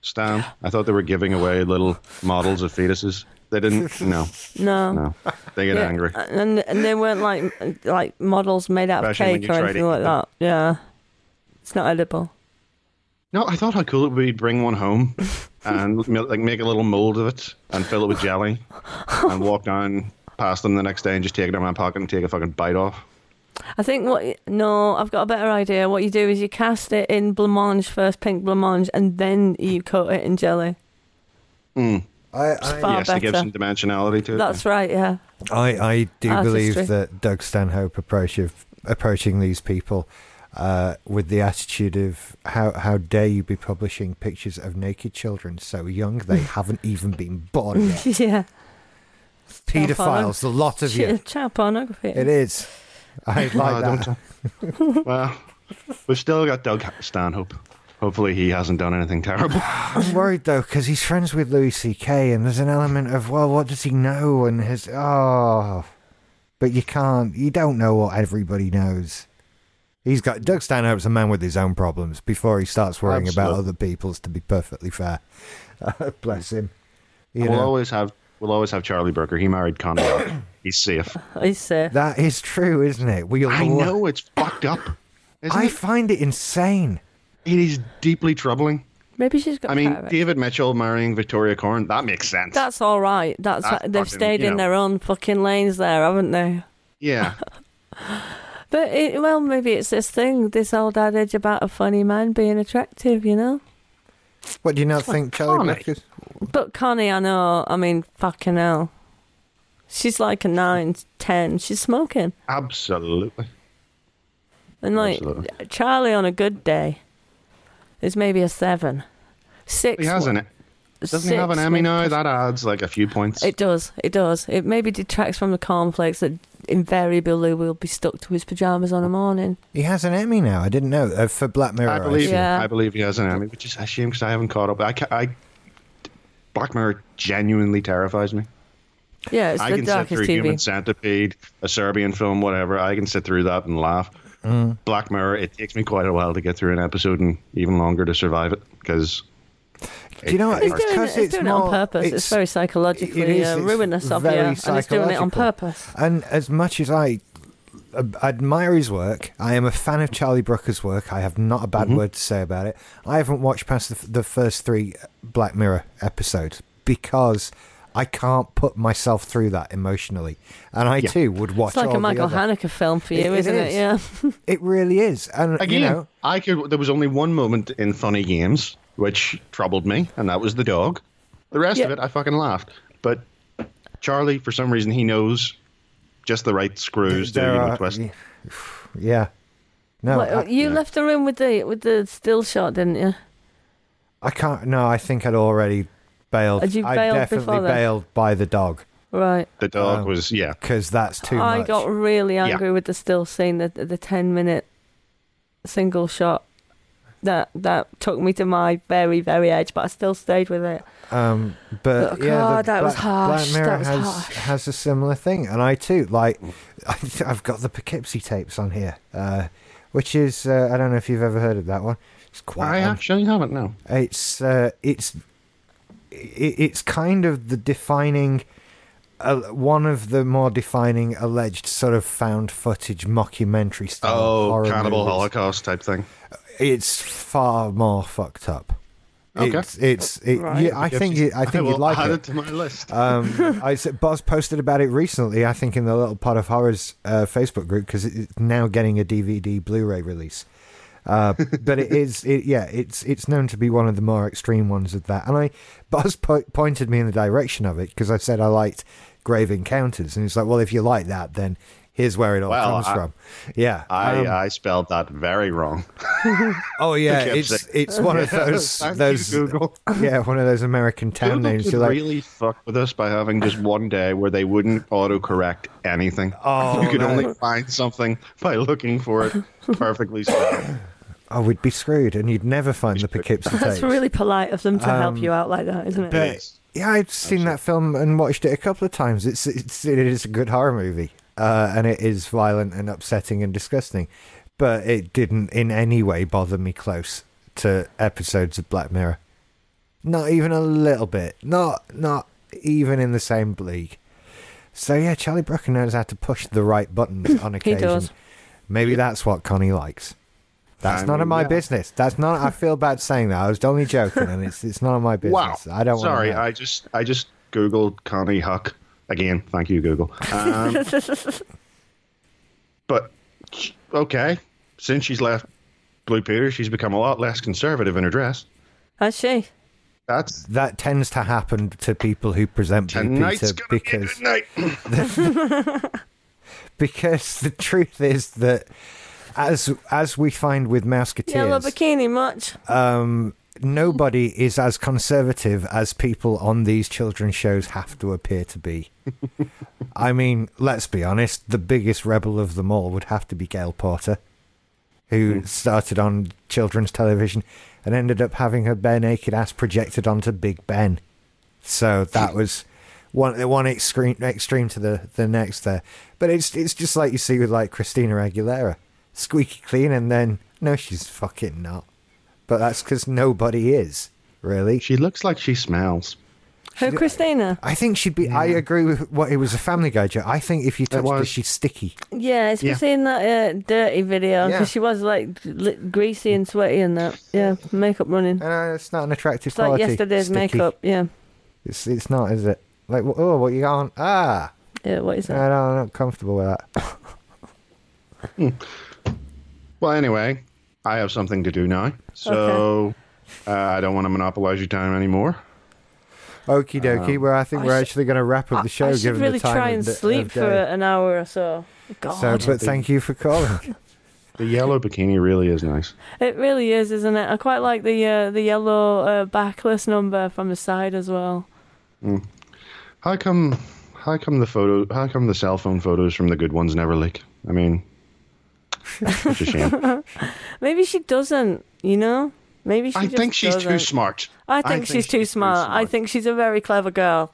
D: stand. I thought they were giving away little models of fetuses. They didn't. No,
B: No.
D: no, they get
B: Yeah.
D: angry.
B: And and they weren't like like models made out of
D: Especially when
B: cake
D: you
B: or
D: try to
B: anything
D: eat
B: like
D: them.
B: that. Yeah. It's not edible.
D: No, I thought how cool it would be to bring one home and mil- like make a little mold of it and fill it with jelly and walk down past them the next day and just take it out of my pocket and take a fucking bite off.
B: I think what no, I've got a better idea. What you do is you cast it in blancmange first, pink blancmange, and then you coat it in jelly.
A: I,
B: Far
A: I,
D: Mm. yes, to give
B: Oh, better.
D: some dimensionality to it.
B: That's right, yeah.
A: I, I do
B: Artistry.
A: believe that Doug Stanhope approach of approaching these people uh, with the attitude of how how dare you be publishing pictures of naked children so young they haven't even been born yet.
B: yeah.
A: Pedophiles, the lot of you.
B: Shit, Child pornography.
A: It is. I like
D: Oh,
A: that.
D: don't- well, we've still got Doug Stanhope. Hopefully, he hasn't done anything terrible.
A: I'm worried though because he's friends with Louis C.K. and there's an element of well, what does he know? And his oh, but you can't, you don't know what everybody knows. He's got Doug Stanhope's a man with his own problems before he starts worrying about
D: Absolutely.
A: other people's. To be perfectly fair, bless him. You
D: we'll
A: know
D: always have we'll always have Charlie Brooker. He married Connor. Rock. He's safe.
B: He's safe.
A: that is true, isn't it? We all
D: I know it's fucked up. Isn't
A: I
D: it?
A: find it insane.
D: it is deeply troubling.
B: Maybe she's got.
D: I mean,
B: private.
D: David Mitchell marrying Victoria Corn, that makes sense.
B: that's all right. That's,
D: That's
B: they've
D: fucking,
B: stayed
D: you
B: in
D: know.
B: their own fucking lanes there, haven't they?
D: yeah.
B: But it, well, maybe it's this thing, this old adage about a funny man being attractive, you know.
A: What do you not think, Charlie?
D: Connie.
A: Brooker's?
B: But Connie, I know. I mean, fucking hell. She's like a nine, ten. She's smoking,
D: Absolutely.
B: and like
D: Absolutely.
B: Charlie on a good day is maybe a seven, six.
D: He has an doesn't he have an
B: six
D: Emmy
B: when-
D: now? That adds like a few points.
B: It does. It does. It maybe detracts from the cornflakes that invariably will be stuck to his pajamas on a morning.
A: He has an Emmy now. I didn't know uh, for Black Mirror.
D: I believe
A: see.
B: Yeah.
D: I believe he has an Emmy, which is a shame because I haven't caught up. I, ca- I Black Mirror genuinely terrifies me.
B: Yeah, it's
D: I
B: the
D: can sit
B: darkest
D: through
B: TV.
D: Human Centipede, a Serbian film, whatever. I can sit through that and laugh.
B: Mm.
D: Black Mirror. It takes me quite a while to get through an episode, and even longer to survive it because.
A: Do you know what?
B: He's
A: It's
B: doing,
A: 'cause
B: it, he's
A: it's
B: doing it
A: more-
B: on purpose. It's,
A: it's-
B: very psychologically
A: it is,
B: uh,
A: it's
B: ruinous of you,
A: very
B: and he's doing it
A: psychological.
B: on purpose.
A: And as much as I ab- admire his work, I am a fan of Charlie Brooker's work. I have not a bad word to say about it. I haven't watched past the, f- the first three Black Mirror episodes because I can't put myself through that emotionally. And I too would watch.
B: It's like
A: all
B: a
A: the
B: Michael
A: other-
B: Haneke film for
A: It-
B: you,
A: it
B: isn't
A: is.
B: it? Yeah.
A: It really is. And
D: Again,
A: you know,
D: I could. There was only one moment in Funny Games which troubled me, and that was the dog. The rest of
B: Yeah.
D: it, I fucking laughed. But Charlie, for some reason, he knows just the right screws to
A: There
D: you know,
A: are-
D: twist.
A: yeah. No,
B: Well,
A: I,
B: you left the room with the with the still shot, didn't you?
A: I can't. No, I think I'd already bailed.
B: Had you
A: I
B: bailed
A: definitely
B: before then?
A: bailed by the dog
B: Right.
D: The dog
A: Um,
D: was yeah.
A: because that's too
B: I
A: much.
B: got really
D: Yeah.
B: angry with the still scene, the the ten minute single shot. That that took me to my very very edge, but I still stayed with it.
A: Um, but
B: But,
A: yeah, the
B: Oh, God, that was
A: Black,
B: harsh,
A: Black Mirror
B: that was
A: has
B: harsh.
A: has a similar thing, and I too like. I, I've got the Poughkeepsie tapes on here, uh, which is uh, I don't know if you've ever heard of that one. It's
D: I
A: quite. un-
D: actually haven't now.
A: it's uh, it's i- it's kind of the defining uh, one of the more defining alleged sort of found footage mockumentary style.
D: Oh,
A: horror
D: cannibal
A: movies.
D: holocaust type thing.
A: It's far more fucked up.
D: Okay.
A: It's, it's it,
B: Right.
A: yeah, I think it, I think
D: will
A: you'd like
D: add
A: it.
D: it. to my list.
A: Um, I said Boz posted about it recently. I think in the little Pot of Horrors uh, Facebook group because it's now getting a DVD Blu-ray release. Uh, but it is, it, yeah, it's it's known to be one of the more extreme ones of that. And I Boz po- pointed me in the direction of it because I said I liked Grave Encounters, and he's like, well, if you like that, then here's where it all
D: Well,
A: comes
D: I-
A: from. Yeah.
D: I, uh,
A: Um,
D: I spelled that very wrong.
A: oh yeah,
D: kept
A: it's it's one of those
D: Thank you,
A: those
D: Google.
A: yeah one of those American town
D: Google
A: names.
D: could
A: You're like,
D: really fuck with us by having just one day where they wouldn't autocorrect anything.
A: Oh,
D: you could
A: no.
D: only find something by looking for it perfectly spelled.
A: oh, we'd be screwed, and you'd never find the Poughkeepsie
B: That's
A: tapes.
B: really polite of them to help you out like that, isn't it?
A: Um, But yeah, I've seen that film and watched it a couple of times. It's it's it is a good horror movie, uh, and it is violent and upsetting and disgusting, but it didn't in any way bother me close to episodes of Black Mirror. Not even a little bit. Not not even in the same league. So yeah, Charlie Brooker knows how to push the right buttons on occasion.
B: does.
A: Maybe that's what Connie likes. That's
D: I
A: none of
D: mean,
A: my
D: yeah.
A: business. That's not. I feel bad saying that. I was only joking, and it's it's none of my
D: Wow.
A: business. I don't. wanna
D: Sorry,
A: know.
D: I just I just googled Connie Huck again. Thank you, Google. Um, but okay, since she's left Blue Peter, she's become a lot less conservative in her dress.
B: Has she?
D: That's
A: that tends to happen to people who present Blue
D: tonight's
A: Peter
D: gonna be a
A: because
D: good night.
A: because the truth is that as as we find with
B: Yellow
A: Mouseketeers,
B: bikini much.
A: um, nobody is as conservative as people on these children's shows have to appear to be. I mean, let's be honest. The biggest rebel of them all would have to be Gail Porter, who
D: Hmm.
A: started on children's television and ended up having her bare naked ass projected onto Big Ben. So that was one one extreme extreme to the, the next there. But it's it's just like you see with like Christina Aguilera, squeaky clean, and then no, she's fucking not. But that's because nobody is really.
D: She looks like she smells.
B: Who, Christina?
A: I think she'd be. I agree with what it was a Family Guy joke. I think if you touched her,
D: was.
A: she's sticky.
B: Yeah, it's
D: Yeah.
B: been seeing that uh, dirty video because
A: Yeah.
B: she was like li- greasy and sweaty and that. Yeah, makeup
A: And
B: running.
A: uh, it's not an attractive
B: It's like
A: quality.
B: yesterday's
A: sticky.
B: makeup. Yeah.
A: It's it's not, is it? Like wh- oh, what you got on? Ah,
B: Yeah, what is
A: no,
B: that?
A: no, I'm not comfortable with that.
D: Well, anyway, I have something to do now, so uh, I don't want to monopolize your time anymore.
A: Okie
D: Um,
A: dokie. well, I think
B: I
A: we're
B: sh-
A: actually going to wrap up the show.
B: I should
A: given
B: really
A: the time
B: try
A: of
B: and
A: the- of
B: sleep for
A: day.
B: an hour or so. God,
A: So, but thank you for calling.
D: The yellow bikini really is nice.
B: it really is, isn't it? I quite like the uh, the yellow uh, backless number from the side as well.
D: How come? How come the photo? How come the cell phone photos from the good ones never leak? I mean, it's a shame.
B: Maybe she doesn't. You know, maybe she.
D: I
B: just
D: think she's
B: doesn't.
D: too smart.
B: I think, she's too smart. I think she's a very clever girl.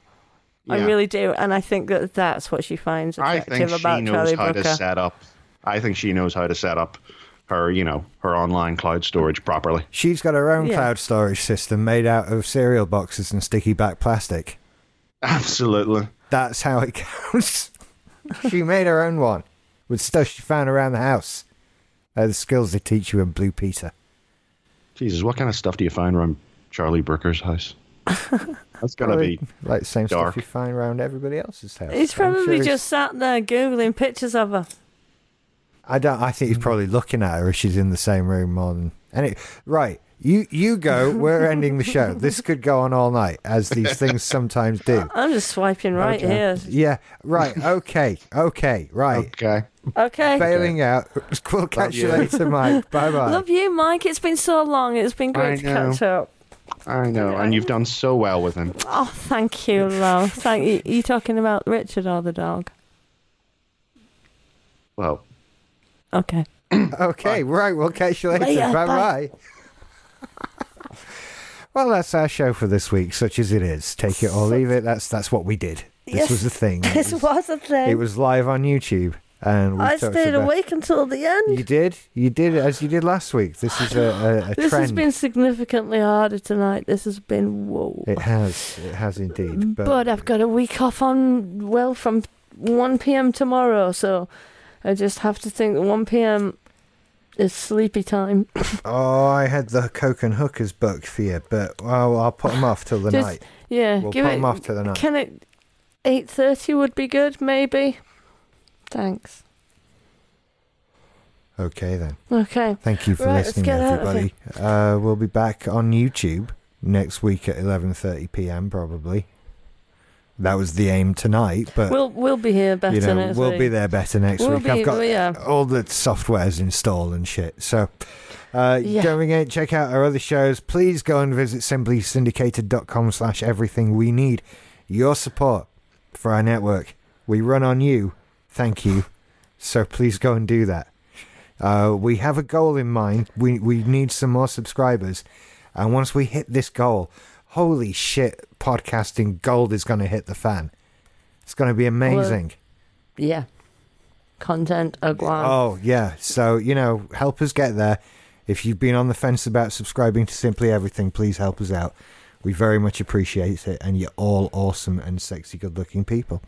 B: I
D: Yeah.
B: really do, and I think that that's what she finds
D: I
B: attractive
D: think she
B: about
D: knows
B: Charlie
D: how
B: Brooker.
D: to set up. I think she knows how to set up her, you know, her online cloud storage properly.
A: She's got her own
B: Yeah.
A: cloud storage system made out of cereal boxes and sticky back plastic.
D: Absolutely.
A: That's how it counts. she made her own one with stuff she found around the house. Uh, the skills they teach you in Blue Peter.
D: Jesus, what kind of stuff do you find around Charlie Brooker's house? That's gotta
A: Probably
D: be.
A: like the same
D: dark.
A: stuff you find around everybody else's house.
B: He's
A: I'm
B: probably
A: sure
B: just sat there googling pictures of her.
A: I don't. I think
B: Hmm.
A: he's probably looking at her if she's in the same room more than any. Right. You you go. We're ending the show. This could go on all night, as these things sometimes do.
B: I'm just swiping right here.
A: Yeah. Right. Okay. Okay. Right.
D: Okay.
B: Okay.
A: Bailing out. We'll catch you
D: you.
A: later, Mike. Bye bye.
B: Love you, Mike. It's been so long. It's been
D: I
B: great to
D: know.
B: catch up.
D: I know, and you've done so well with him.
B: Oh, thank you, love. Thank you. You talking about Richard or the dog?
D: Well,
B: Okay.
A: Okay, right. We'll catch you later.
B: Later,
A: bye
B: bye.
A: bye. well, that's our show for this week, such as it is. Take it or leave it. That's that's what we did. This
B: Yes.
A: was the thing. It
B: This
A: was-
B: was a thing.
A: it was live on YouTube. And we
B: I
A: talked
B: stayed
A: about-
B: awake until the end.
A: You did, you did, as you did last week. This is a, a, a
B: this
A: trend.
B: has been significantly harder tonight. This has been whoa.
A: It has, it has indeed. But,
B: Mm, but, I've got a week off on well from 1 p.m. tomorrow, so I just have to think that 1 p.m. is sleepy time.
A: oh, I had the Coke and Hookers book for you, but oh, I'll put them off till the
B: Just-
A: night.
B: Yeah,
A: We'll
B: give
A: put
B: it.
A: them off till the night.
B: Can it? 8:30 would be good, maybe. Thanks.
A: Okay then.
B: Okay.
A: Thank you for
B: Right, let's
A: listening,
B: get out of
A: everybody. Uh, we'll be back on YouTube next week at 11:30 p.m. Probably. That was the aim tonight, but
B: We'll we'll be here better
A: you know
B: next
A: we'll
B: week.
A: be there better next
B: We'll
A: week. I've
B: be-
A: got
B: yeah.
A: all the softwares installed and shit. So uh,
B: Yeah.
A: don't forget, check out our other shows. Please go and visit simplysyndicated.com slash everything we need. Your support for our network. We run on you. Thank you. So please go and do that. Uh, we have a goal in mind. We, we need some more subscribers. And once we hit this goal, holy shit, podcasting gold is going to hit the fan. It's going to be amazing.
B: Yeah. Content aglow.
A: Oh yeah. So you know, help us get there. If you've been on the fence about subscribing to Simply Everything, please help us out. We very much appreciate it, and you're all awesome and sexy, good-looking people.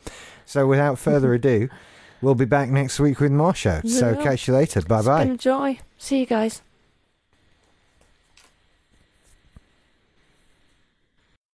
A: So without further ado, we'll be back next week with more show. So
B: Yeah.
A: catch you later. Bye
B: It's
A: bye.
B: been a joy. See you guys.